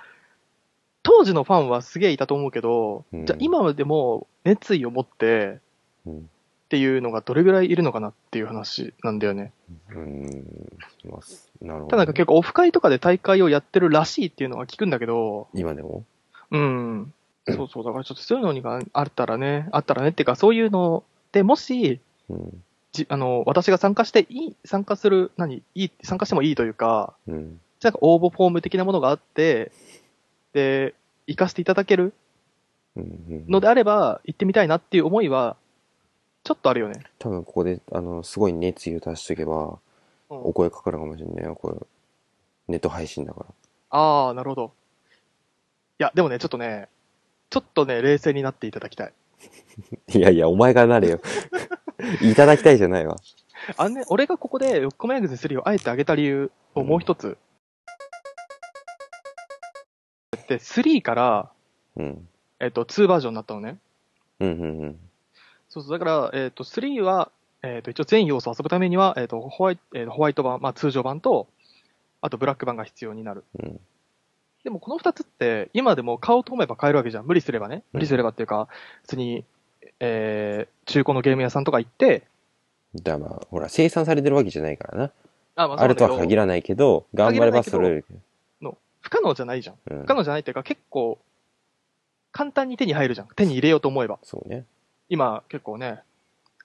当時のファンはすげえいたと思うけど、
うん
じゃあ今でも熱意を持って
うん
っていうのがどれぐらいいるのかなっていう話なんだよね。
うーん、ます。なるほど。
ただなんか結構オフ会とかで大会をやってるらしいっていうのは聞くんだけど、
今でも
うん。そうそう、だからちょっとそういうのにがあったらね、あったらねっていうかそういうので、もし、
うん。
じあの、私が参加していい、参加する、何、いい、参加してもいいというか、
うん。
なんか応募フォーム的なものがあって、で、行かせていただける
うん。
のであれば、行ってみたいなっていう思いは、ちょっとあるよね。
多分ここで、あの、すごい熱意を出しておけば、
うん
お声かかるかもしれないよ、これ。ネット配信だから。
ああ、なるほど。いや、でもね、ちょっとね、ちょっとね、冷静になっていただきたい。
いやいや、お前がなれよ。 いただきたいじゃないわ。
あのね、俺がここで、ロックマンエグゼ3をあえてあげた理由をもう一つ。で、3から、
うん。
えっ、と、2バージョンになったのね。
うんうんうん。
そうそう、だから、えっ、と、3は、えっ、と、一応全要素を遊ぶためには、えっ、と、ホワイト、えーホワイト版、まあ通常版と、あとブラック版が必要になる。
うん
でもこの2つって、今でも買おうと思えば買えるわけじゃん。無理すればね。
う
無
ん
理すればっていうか、普通に、えー中古のゲーム屋さんとか行って、
だからまあ、ほら、生産されてるわけじゃないからな。
あ、ま
あるとは限
ら
らないけど、頑張ればそれより。
不可能じゃないじゃん。
うん
不可能じゃないっていうか、結構、簡単に手に入るじゃん。手に入れようと思えば。
そうね。
今、結構ね、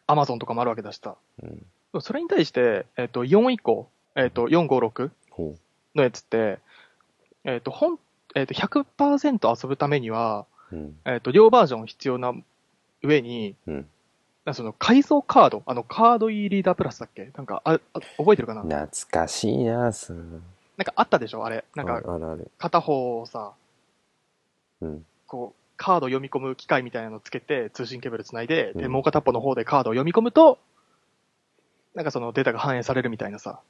アマゾンとかもあるわけだしさ。
うん。
でもそれに対して、えっ、と、4以降、えっ、と、456
ほ
のやつって、えっ、と、本、えっ、と、100%遊ぶためには、
う。うん。
えっ、と、両バージョン必要な上に、
うん。
なその改造カード、あの、カード E リーダープラスだっけなんかあ、あ覚えてるかななん
懐かしいなそれ
かあったでしょあれ。なん
あ
か、
あるある。
片方をさ、
うん。
こう、カード読み込む機械みたいなのつけて、通信ケーブルつないで、
う
で、
ん
もう片っぽの方でカードを読み込むと、なんかそのデータが反映されるみたいなさ、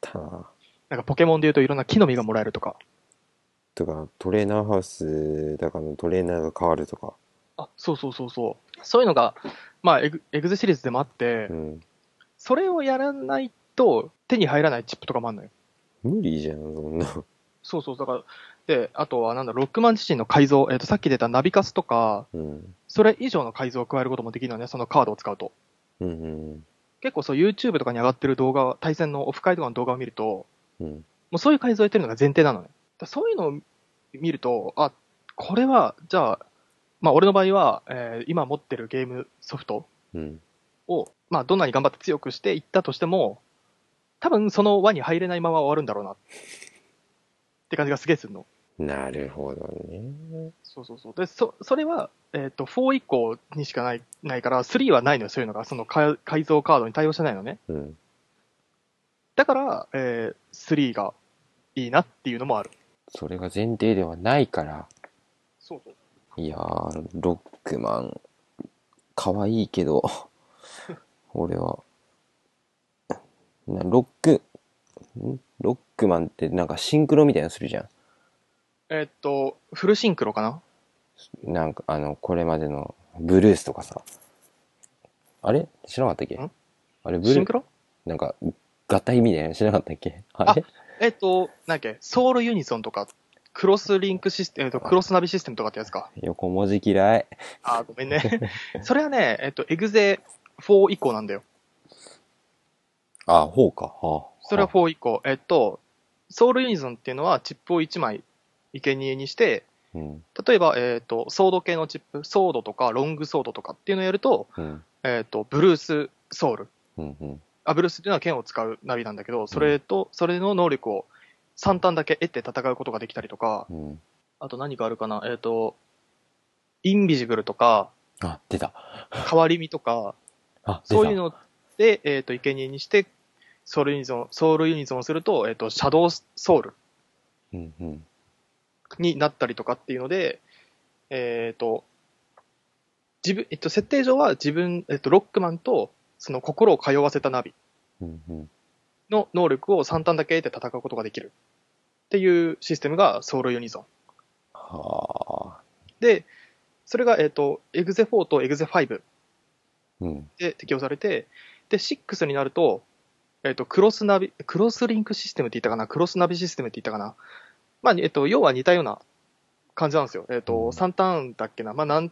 たな
なんかポケモンで言うといろんな木の実がもらえるとか。
とか、トレーナーハウスだからのトレーナーが変わるとか。
あ、そうそうそうそう。そういうのが、まあエグ、エグゼシリーズでもあって
う、ん。
それをやらないと手に入らないチップとかもあるのよ。
無理じゃん、そんな。
そうそう、だから、で、あとはなんだ、ロックマン自身の改造、えっ、と、さっき出たナビカスとか、
うん。
それ以上の改造を加えることもできるのね、そのカードを使うと。
うんうん
結構そう YouTube とかに上がってる動画、対戦のオフ会とかの動画を見ると、
うん。うん。
もうそういう改造をやってるのが前提なのね。だからそういうのを見ると、あ、これは、じゃあ、まあ俺の場合は、えー今持ってるゲームソフト
うん。
を、まあどんなに頑張って強くしていったとしても、多分その輪に入れないまま終わるんだろうな。って感じがすげえするの。
なるほどね。
そうそうそう。で、そ、それは、えっ、と、4以降にしかない、ないから、3はないのよ、そういうのが。その改改造カードに対応してないのね。
うん。
だから、えー、3がいいなっていうのもある。
それが前提ではないから。
そうそう。
いやー、ロックマン、かわいい けど、俺は、なロック、んロックマンってなんかシンクロみたいなのするじゃ。
えっ、と、フルシンクロかなん
なんかあの、これまでのブルースとかさ。あれ知らなかったっけ
ん
あれブ
シ
ル
ン
ー
クロ
なんか、合体みたいなのしなかったっけあれ
えっ、と、なんだっけ、ソウルユニソンとか、クロスリンクシステム、えっ、と、クロスナビシステムとかってやつか。
横文字嫌い。
あー、ごめ んね。それはね、えっ、と、エグゼ4以降なんだよ。
あ、ほうか。はあ、
それは4以降。えっ、と、ソウルユニソンっていうのは、チップを1枚、生贄にして、
うん。
例えば、えっ、と、ソード系のチップ、ソードとか、ロングソードとかっていうのをやると、
うん。
えっ、と、ブルース、ソウル。
うん。うん。
アブルースっていうのは剣を使うナビなんだけど、それと、それの能力を3単だけ得て戦うことができたりとか、
うん。
あと何かあるかな、えっ、と、インビジブルと か、
あ、出た。
変わり身とか、
あ、出た。
そういうので、えっ、と、生贄にして、ソウルユニゾン、ソウルユニゾンをすると、えっ、と、シャドウソウル
うん。うん。
になったりとかっていうので、えっ、と、自分、えっと、設定上は自分、えっと、ロックマンと、その心を通わせたナビ
うん。うん。
の能力を3単だけ得て戦うことができる。っていうシステムがソウルユニゾン。
はあ。
で、それが、えっ、と、エグゼ4とエグゼ5
うん。
で適用されて、で、6になると、えっ、と、クロスナビ、クロスリンクシステムって言ったかなクロスナビシステムって言ったかなまあ、えっ、と、要は似たような感じなんですよ。えっ、
うん
と、3ターンだっけなまあ、なん、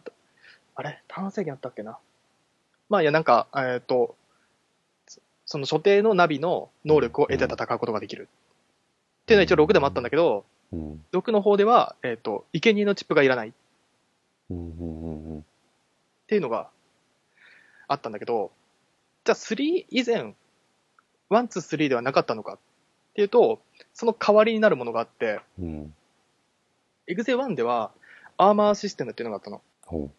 あれ単制限あったっけなまあ、いや、なんか、えっ、と、その所定のナビの能力を得て戦うことができる。っていうのは一応6でもあったんだけど、
うん。
6の方では、えっ、と、生贄のチップがいらない。
うん。うん。うん。
っていうのがあったんだけど、じゃあ3以前、ワン、ツー、3ではなかったのかっていうと、その代わりになるものがあって、
うん。
エグゼ1ではアーマーシステムっていうのがあったの。
ほ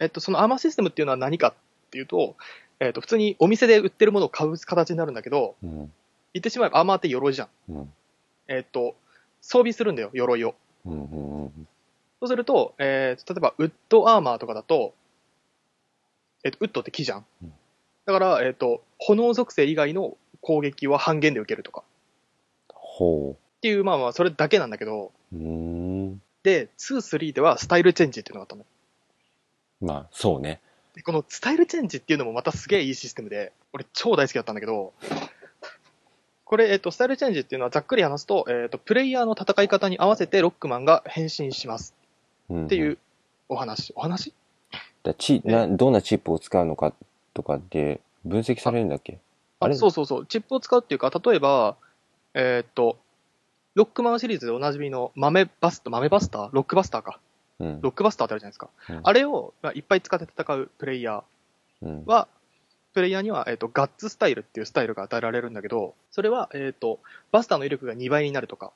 えっと、そのアーマーシステムっていうのは何かっていうと、えっと、普通にお店で売ってるものを買う形になるんだけど、
う。うん。
言ってしまえばアーマーって鎧じゃん。
うん。
えっと、装備するんだよ、鎧を。
うん。うん。
そうすると、えー、例えば、ウッドアーマーとかだと、えっ、と、ウッドって木じゃん
うん。
だから、えっ、と、炎属性以外の攻撃は半減で受けるとか。
ほ
っていう、まあまあ、それだけなんだけど、
う。うーん。
で、2、3ではスタイルチェンジっていうのがあったの。
まあ、そうね。
でこのスタイルチェンジっていうのもまたすげえいいシステムで、俺超大好きだったんだけど、これ、えっ、と、スタイルチェンジっていうのはざっくり話すと、えっ、と、プレイヤーの戦い方に合わせてロックマンが変身します
っ
ってい
ん。
うお話。お話
だチなどんなチップを使うのかとかって分析されるんだっけあ
あ
れ
そうそうそう、チップを使うっていうか、例えば、えーっと、ロックマンシリーズでおなじみの豆バスター、豆バスターロックバスターか。
うん
ロックバスターってあるじゃないですか。
うん
あれを、まあ、いっぱい使って戦うプレイヤ
うん
ーは、プレイヤーには、えっ、と、ガッツスタイルっていうスタイルが与えられるんだけど、それは、えっ、と、バスターの威力が2倍になるとか、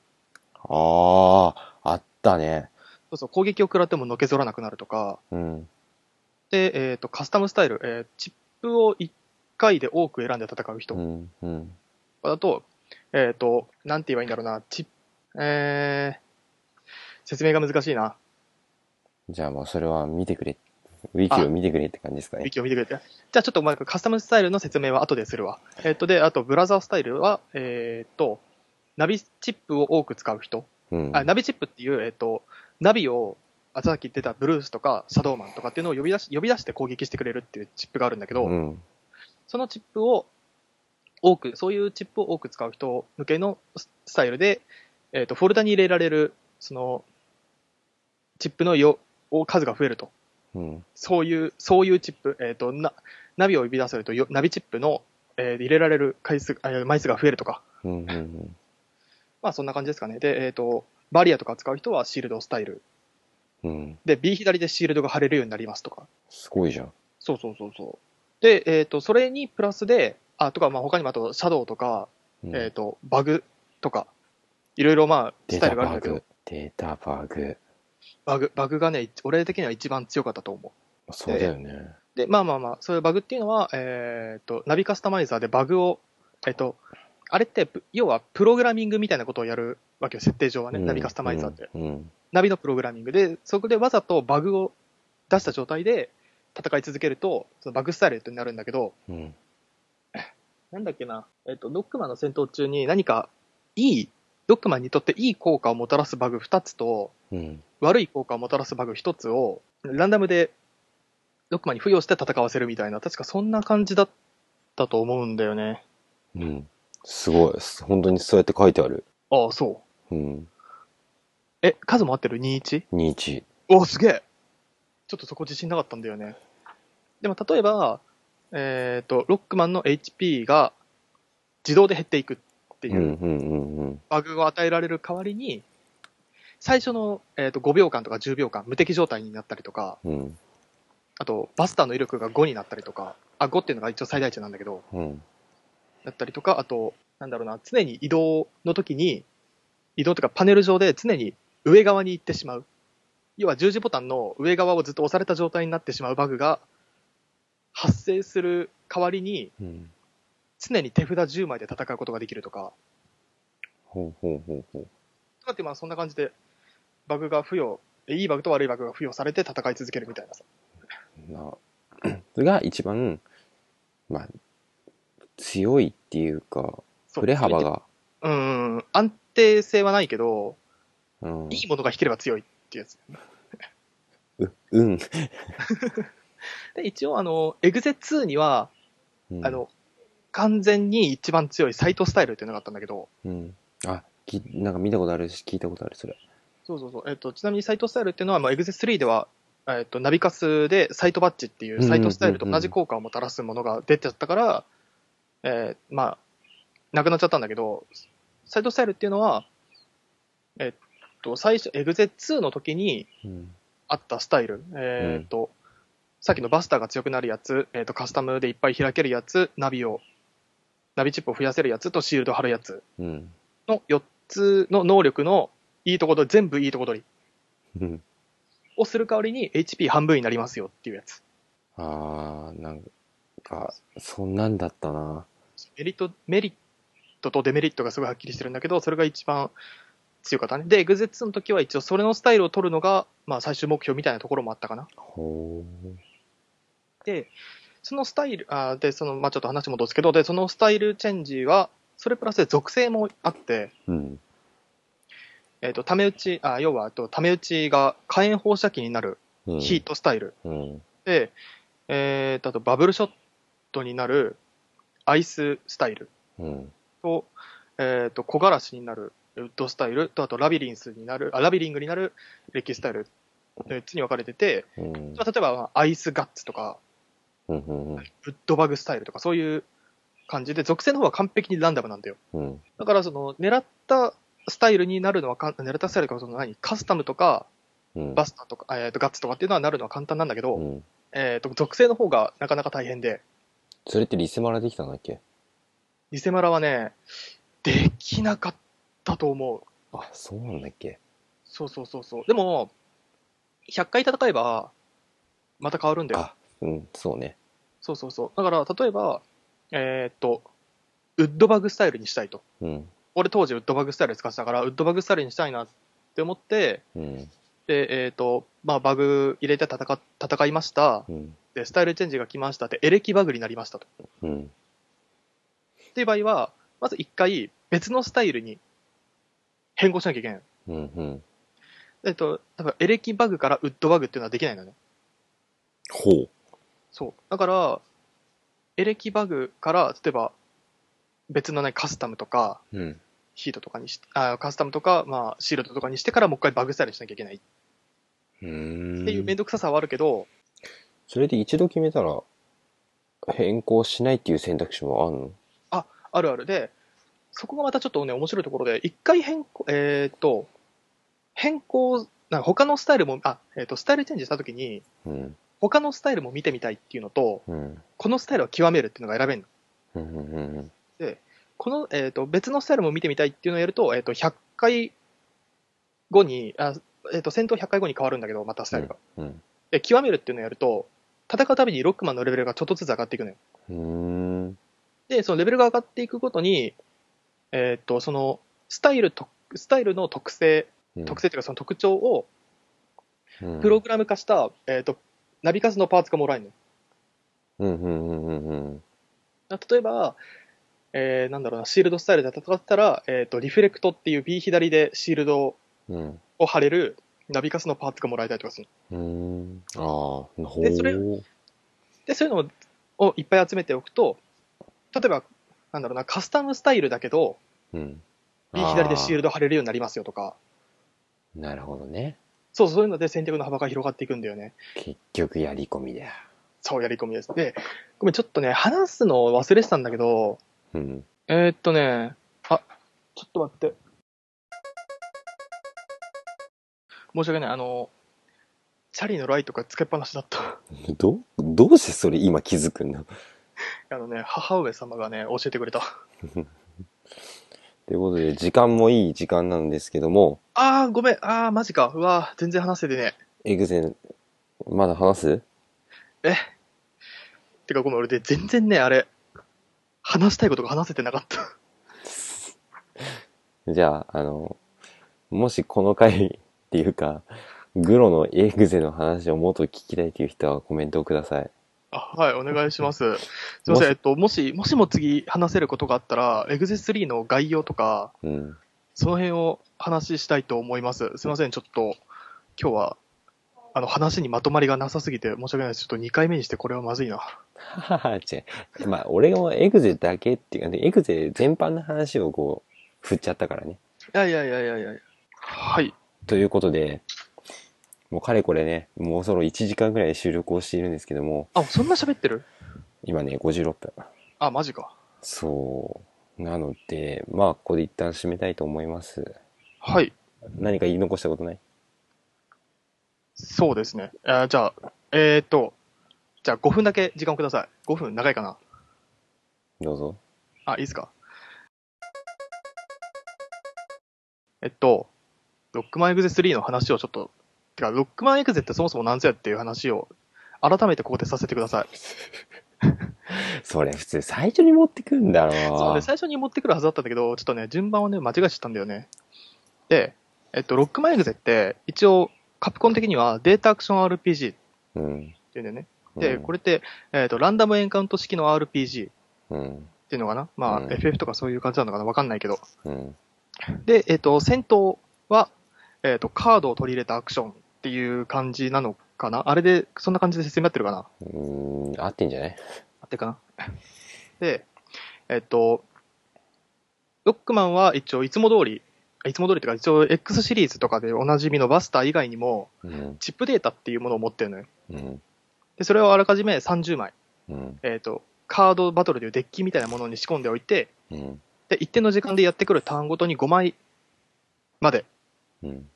ああ、あったね。
そうそう、攻撃を食らってものけぞらなくなるとか、
うん。
で、えっ、と、カスタムスタイル、えーチップを1回で多く選んで戦う人
うん。うん。
だと、えっ、と、なんて言えばいいんだろうな、チップ、えー、説明が難しいな。
じゃあもうそれは見てくれ。ウィキを見てくれって感じですか
ウ
ね
ィ。キを見てくれて。じゃあちょっとまあカスタムスタイルの説明は後でするわ。えっ、と、で、あと、ブラザースタイルは、えっ、と、ナビチップを多く使う人。
うん。
あナビチップっていう、えっ、と、ナビを、あさっき言ってたブルースとかシャドウマンとかっていうのを呼び出し、呼び出して攻撃してくれるっていうチップがあるんだけど、
うん。
そのチップを多く、そういうチップを多く使う人向けのススタイルで、えっ、と、フォルダに入れられる、その、チップのよを数が増えると。
うん。
そういう、そういうチップ、えっ、と、な、ナビを呼び出せるとよ、ナビチップの、えー入れられる回数、あ枚数が増えるとか。
うん。うん。
まあ、そんな感じですかね。で、えっ、と、バリアとか使う人はシールドスタイル。
うん。
で、B 左でシールドが貼れるようになりますとか。
すごいじゃん。
そうそうそうそう。で、えっ、と、それにプラスで、あ、とか、まあ、他にもあと、シャドウとか、
うん
えっ、と、バグとか、いろいろまあ、ス
デー
タイ
タ
ルがあるん
バ
だけど
グ、。データバグ。
バグ、バグがね、一俺的には一番強かったと思
そうだよね。
う。で、まあまあまあ、そういうバグっていうのは、えっ、と、ナビカスタマイザーでバグを、えっ、と、あれって、ぷ要はプログラミングみたいなことをやるわけよ、設定上はね、
うん
ナビカスタマイザーって。。
うんうん。
ナビのプログラミングで、そこでわざとバグを出した状態で戦い続けると、そのバグスタイルってなるんだけど、
うん。
なんだっけな、えっ、と、ドックマンの戦闘中に何かいい、ドックマンにとっていい効果をもたらすバグ2つと、
うん。
悪い効果をもたらすバグ1つを、ランダムでドックマンに付与して戦わせるみたいな、確かそんな感じだったと思うんだよね。
うん。すごい。本当にそうやって書いてある。
ああ、そう。
うん。
え、数も合ってる ?21?
21。
おすげえちょっとそこ自信なかったんだよね。でも例えば、えっ、と、ロックマンの HP が自動で減っていくって
う
い
ん
う
うんうんうん。
バグを与えられる代わりに、最初の、えー、と5秒間とか10秒間、無敵状態になったりとか、
うん
あと、バスターの威力が5になったりとか、あ、5っていうのが一応最大値なんだけど、
うん。
だったりとか、あと、なんだろうな、常に移動の時に、移動というかパネル上で常に上側に行ってしまう。要は十字ボタンの上側をずっと押された状態になってしまうバグが発生する代わりに、
うん。
常に手札10枚で戦うことができるとか、
ほうほうほうほう。
とかってまあそんな感じで、バグが付与、いいバグと悪いバグが付与されて戦い続けるみたいなさ。
なそれが一番、まあ、強いっていうか、
そう
振れ幅。が、
うんうん、安定性はないけど、
うん、
いいものが引ければ強いっていうやつ。
ううん、
で、一応あの、エグゼ2には、
うん
あ、の、完全に一番強いサイトスタイルっていうのがあったんだけど、
うん、あき、なんか見たことあるし、聞いたことある、それ。
そうそうそう、えっと、ちなみにサイトスタイルっていうのは、まあ、エグゼ3では、えっと、ナビカスでサイトバッジっていうサイトスタイルと同じ効果をもたらすものが出ちゃったから、えーまあ、なくなっちゃったんだけど、サイトスタイルっていうのは、えっと、最初、エグゼ2の時に
うん、
あったスタイル、えっと、さっきのバスターが強くなるやつ、えっと、カスタムでいっぱい開けるやつ、ナビを、ナビチップを増やせるやつとシールド貼るやつ、
うん、
の4つの能力のいいとこ取り、全部いいとこ取り
うん。
をする代わりに HP 半分になりますよっていうやつ。
あー、なんか、そんなんだったな。
メリット、メリットとデメリットがすごいはっきりしてるんだけど、それが一番強かったね。で、エグゼッツの時は一応それのスタイルを取るのが、まあ最終目標みたいなところもあったかな。
ほ
で、そのスタイル、あーで、その、まあちょっと話戻すけど、で、そのスタイルチェンジは、それプラスで属性もあって、
う。うん、
えっ、と、ため打ち、あー要は、えっとため打ちが火炎放射器になる
うん。
ヒートスタイル。
うん、
で、えーと、あとバブルショットになるアイススタイル
うん、
と、えーと、木枯らしになるウッドスタイルと、あとラビリンスになる、あラビリングになるレッキスタイル、3つに分かれてて、
うん
まあ例えばまあアイスガッツとか、
うん、うん、
ウッドバグスタイルとか、そういう感じで、属性の方は完璧にランダムなんだよ。
うん、
だから、その、狙ったスタイルになるのはかん、狙ったスタイルかその何、カスタムとか、
うん。
バスターとか、えー、とガッツとかっていうのはなるのは簡単なんだけど、
うん。
えー、と属性の方がなかなか大変で、
それってリセマラできたんだっけ
リセマラはね、できなかったと思う。
あ、そうなんだっけ
そうそうそうそう。でも、100回戦えば、また変わるんだよ。
あ、うん、そうね。
そうそうそう。だから、例えば、えーっと、ウッドバグスタイルにしたいと。
うん。
俺当時ウッドバグスタイル使ってたから、ウッドバグスタイルにしたいなって思って、
うん。
で、えーっと、まあ、バグ入れて戦っ戦いました。
うん。
で、スタイルチェンジが来ましたって、エレキバグになりましたと。
うん。
っていう場合は、まず一回別のスタイルに変更しなきゃいけない。
うん。うん。
えっと、だからエレキバグからウッドバグっていうのはできないのね。
ほう。
そう。だから、エレキバグから、例えば、別のね、カスタムとか、
うん。
ヒートとかにしあカスタムとか、まあ、シールドとかにしてからもう一回バグスタイルしなきゃいけないっ
うーん。
ていう面倒くささはあるけど、
それで一度決めたら、変更しないっていう選択肢もあんの
あるあるで、そこがまたちょっとね、面白いところで、一回変更、えーっと、変更、なんか他のスタイルも、あ、えーっと、スタイルチェンジしたときに、
うん。
他のスタイルも見てみたいっていうのと、
うん。
このスタイルは極めるっていうのが選べるの。
うん。うん。
この、えー、と別のスタイルも見てみたいっていうのをやると、えー、と100回後に、あえー、と戦闘100回後に変わるんだけど、またスタイルが。
うん。
で、極めるっていうのをやると、戦うたびにロックマンのレベルがちょっとずつ上がっていくのよ。
うん。うん。
で、そのレベルが上がっていくごとに、えー、とそのスタイルと、スタイルの特性、特性っていうかその特徴を
うん
プログラム化した、えー、とナビカスのパーツがもらえるのよ。
うんうんうんうんうん。
だ例えば、えーなんだろうな、シールドスタイルで戦ってたら、えー、とリフレクトっていう B 左でシールドを
うん。
を貼れるナビカスのパーツがもらえたりとかする
うん。ああ、ほう。
でそれでそういうのをいっぱい集めておくと例えばなんだろうなカスタムスタイルだけど
うん。
右左でシール
ル
ド貼れるようになりますよとか
ド。なるほどね。
そうそういうので戦略の幅が広がっていくんだよね
結局やり込みだ。
そうやり込みですでごめんちょっとね話すの忘れてたんだけど
うん。
えー、っとねあちょっと待って申し訳ないあのチャリのライトがつけっぱなしだった
ど、どうしてそれ今気づくんだっ
あのね母上様がね教えてくれた
てことで、時間もいい時間なんですけども、
あー、ごめん。あー、マジか。うわー、全然話せてね
エグゼン、まだ話す
え。てか、ごめん、俺で全然ね、あれ、話したいことが話せてなかった。
じゃあ、あの、もしこの回っていうか、グロのエグゼの話をもっと聞きたいという人はコメントをください。
あはい、お願いします。すいません、えっと、もし、もしも次話せることがあったら、エグゼ3の概要とか、
うん。
その辺を話したいと思います。すいません、ちょっと、今日は、あの、話にまとまりがなさすぎて申し訳ないです。ちょっと2回目にしてこれはまずいな。
はは 違う。まあ、俺もエグゼだけっていうか、ね、エグゼ全般の話をこう、振っちゃったからね。
いやいやいやいやいやはい。
ということで、もうかれこれね、もうそろ1時間ぐらい収録をしているんですけども、
あ、そんな喋ってる
今ね、56分。
あ、マジか。
そう。なので、まあ、ここで一旦締めたいと思います。
はい。
何か言い残したことない
そうですね。あーじゃあ、えー、っと、じゃあ5分だけ時間をください。5分長いかな
どうぞ。
あ、いいですか。えっと、ロックマンエグゼ3の話をちょっと、てか、ロックマンエグゼってそもそも何ぞやっていう話を、改めてここでさせてください。
それ普通最初に持ってくんだろ
そうね、最初に持ってくるはずだったんだけど、ちょっとね、順番をね、間違えちゃったんだよね。で、えっと、ロックマンエグゼって、一応、カプコン的にはデータアクション RPG っ
うん。
ていうんだよね。で、こ
れ、
れって、えっと、ランダムエンカウント式の RPG。
うん。
っていうのかな、まあ
うん
FF とかそういう感じなのかな、わかんないけど、
うん。
で、えっと戦闘は、えっとカードを取り入れたアクションっていう感じなのかな、あれで、そんな感じで説明合ってるかな、
うん、合ってんじゃない
合ってるかな。で、えっと、ロックマンは一応、いつも通り、いつも通りというか、一応 X シリーズとかでおなじみのバスター以外にも、
うん。
チップデータっていうものを持ってるのよ。
うん。
で、それをあらかじめ30枚、
うん。
えっと、カードバトルというデッキみたいなものに仕込んでおいて、
うん。
で、一定の時間でやってくるターンごとに5枚まで
うん。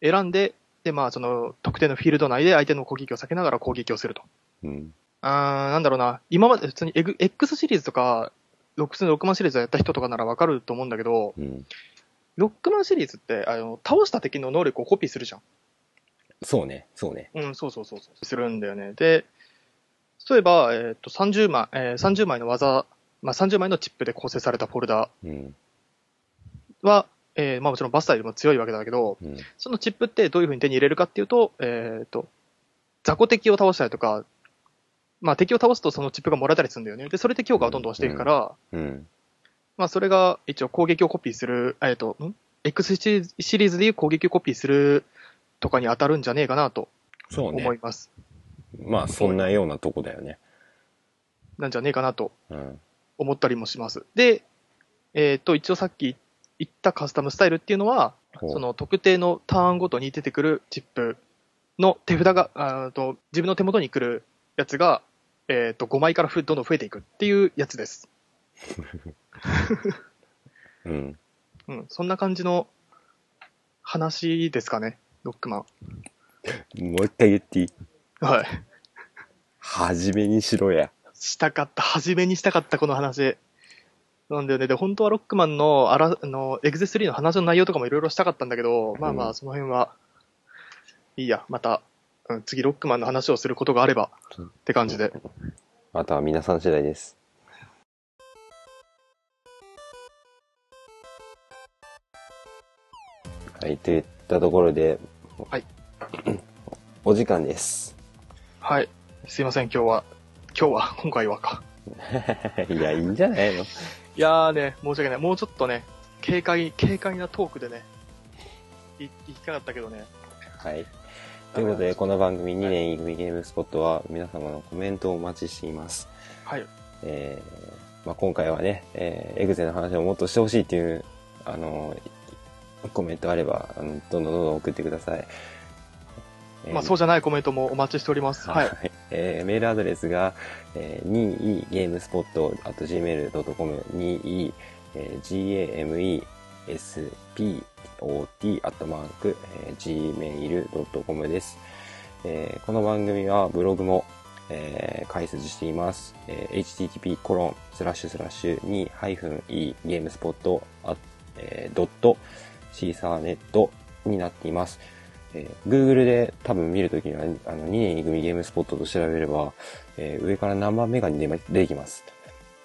選んで、で、まあ、その、特定のフィールド内で相手の攻撃を避けながら攻撃をすると。
うん。
あーなんだろうな、今まで普通にエグ X シリーズとか、ロックスの6万シリーズやった人とかならわかると思うんだけど、
うん。
ロックマンシリーズって、あの、倒した敵の能力をコピーするじゃん。
そうね。そうね。
うん、そうそうそうそう。するんだよね。で、そういえば、えっ、と、30枚、えー30枚の技、まあ、30枚のチップで構成されたフォルダ
うん。
は、えーまあもちろんバスターよりも強いわけだけど、
うん。
そのチップってどういうふうに手に入れるかっていうと、えっ、と、雑魚敵を倒したりとか、まあ敵を倒すとそのチップがもらえたりするんだよね。で、それで強化をどんどんしていくから、
うん。
まあそれが一応攻撃をコピーする、えっ、と、ん ?X シリーズシリーズでいう攻撃をコピーするとかに当たるんじゃねえかなと
そうね
思。います。
まあ、そんなようなとこだよね。
なんじゃねえかなと
うん。
思ったりもします。で、えっ、と、一応さっき言ったカスタムスタイルっていうのは、
ほう
その特定のターンごとに出てくるチップの手札が、あーと自分の手元に来るやつが、えっ、と、5枚からふどんどん増えていくっていうやつです。
うん。
うん、そんな感じの話ですかね、ロックマン。
もう一回言っていい
はい。
はじめにしろや。
したかった、初めにしたかった、この話。なんだよね。で、本当はロックマンの、あら、あの、エグゼ3の話の内容とかもいろいろしたかったんだけど、まあま
う
あ、その辺は、いいや、また、うん、次ロックマンの話をすることがあれば、
そう
って感じで。
あとは皆さん次第です。はい、といったところで、
はい。
お 時間です。
はい。すいません、今日は。今日は、今 回はか。
いや、いいんじゃないの
いやーね、申し訳ない。もうちょっとね、軽快、軽快なトークでね、い、行きたかったけどね。
はい。ということで、この番組2年 E 組ゲームスポットは皆様のコメントをお待ちしています。
はい。
えーまあ、今回はね、えーエグゼの話をもっとしてほしいっていう、あのーコメントあれば、あのどんどんどんどん送ってください。えー
まあ、そうじゃないコメントもお待ちしております。はい。
えーメールアドレスが、えー、2egamespot.gmail.com 2e、えー、gamespot.gmail.com です、えーこの番組はブログも、えー開設しています。えー http コロンスラッシュスラッシュ 2-egamespot あ、えー、ドットシーサーネットになっています。えー Google で多分見るときには、あの、2年 E 組ゲームスポットと調べれば、えー上から何番目かに出ま出てきます。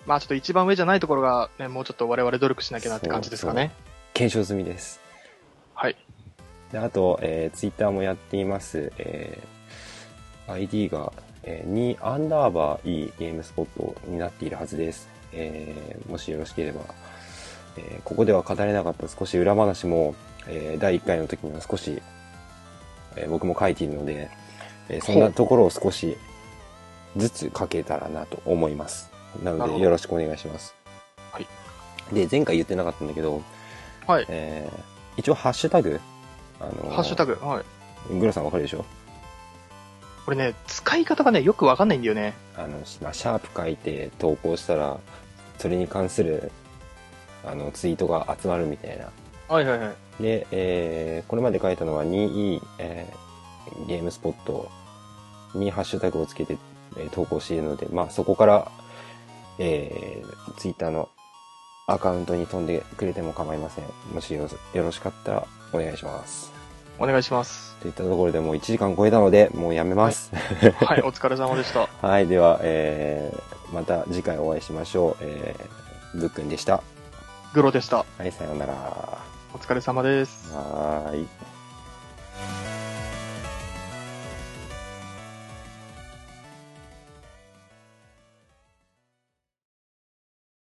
まあ、ちょっと一番上じゃないところが、ね、もうちょっと我々努力しなきゃなって感じですかね。
検証済みです。
はい。
で、あと、えー、Twitter もやっています。えー ID が、えー、2アンダーバー E ゲームスポットになっているはずです。えーもしよろしければ、えーここでは語れなかった少し裏話も、えー第1回の時には少し、えー僕も書いているので、えーそんなところを少しずつ書けたらなと思います。
な
な
る
の
ほ
で、
ど
よろしくお願いします。
はい。
で、前回言ってなかったんだけど、
はい。
えー一応ハッシュタグ、あの
ハッシュタグ。はい。
グロさんわかるでしょ
これね、使い方がね、よくわかんないんだよね。
あの、まあ、シャープ書いて投稿したら、それに関する、あの、ツイートが集まるみたいな。
はいはいはい。
で、えーこれまで書いたのは 2E、えーゲームスポットにハッシュタグをつけて、えー投稿しているので、まあ、そこから、えー、ツイッターのアカウントに飛んでくれても構いません。もしよよろしかったらお願いします。
お願いし ます。
といったところでもう1時間超えたので、もうやめます。
はい、お疲れ様でした。
はい、では、えー、また次回お会いしましょう。えー、ぶっくんでした。
グロでした。
はい、さようなら。
お疲れ様です。
はーい。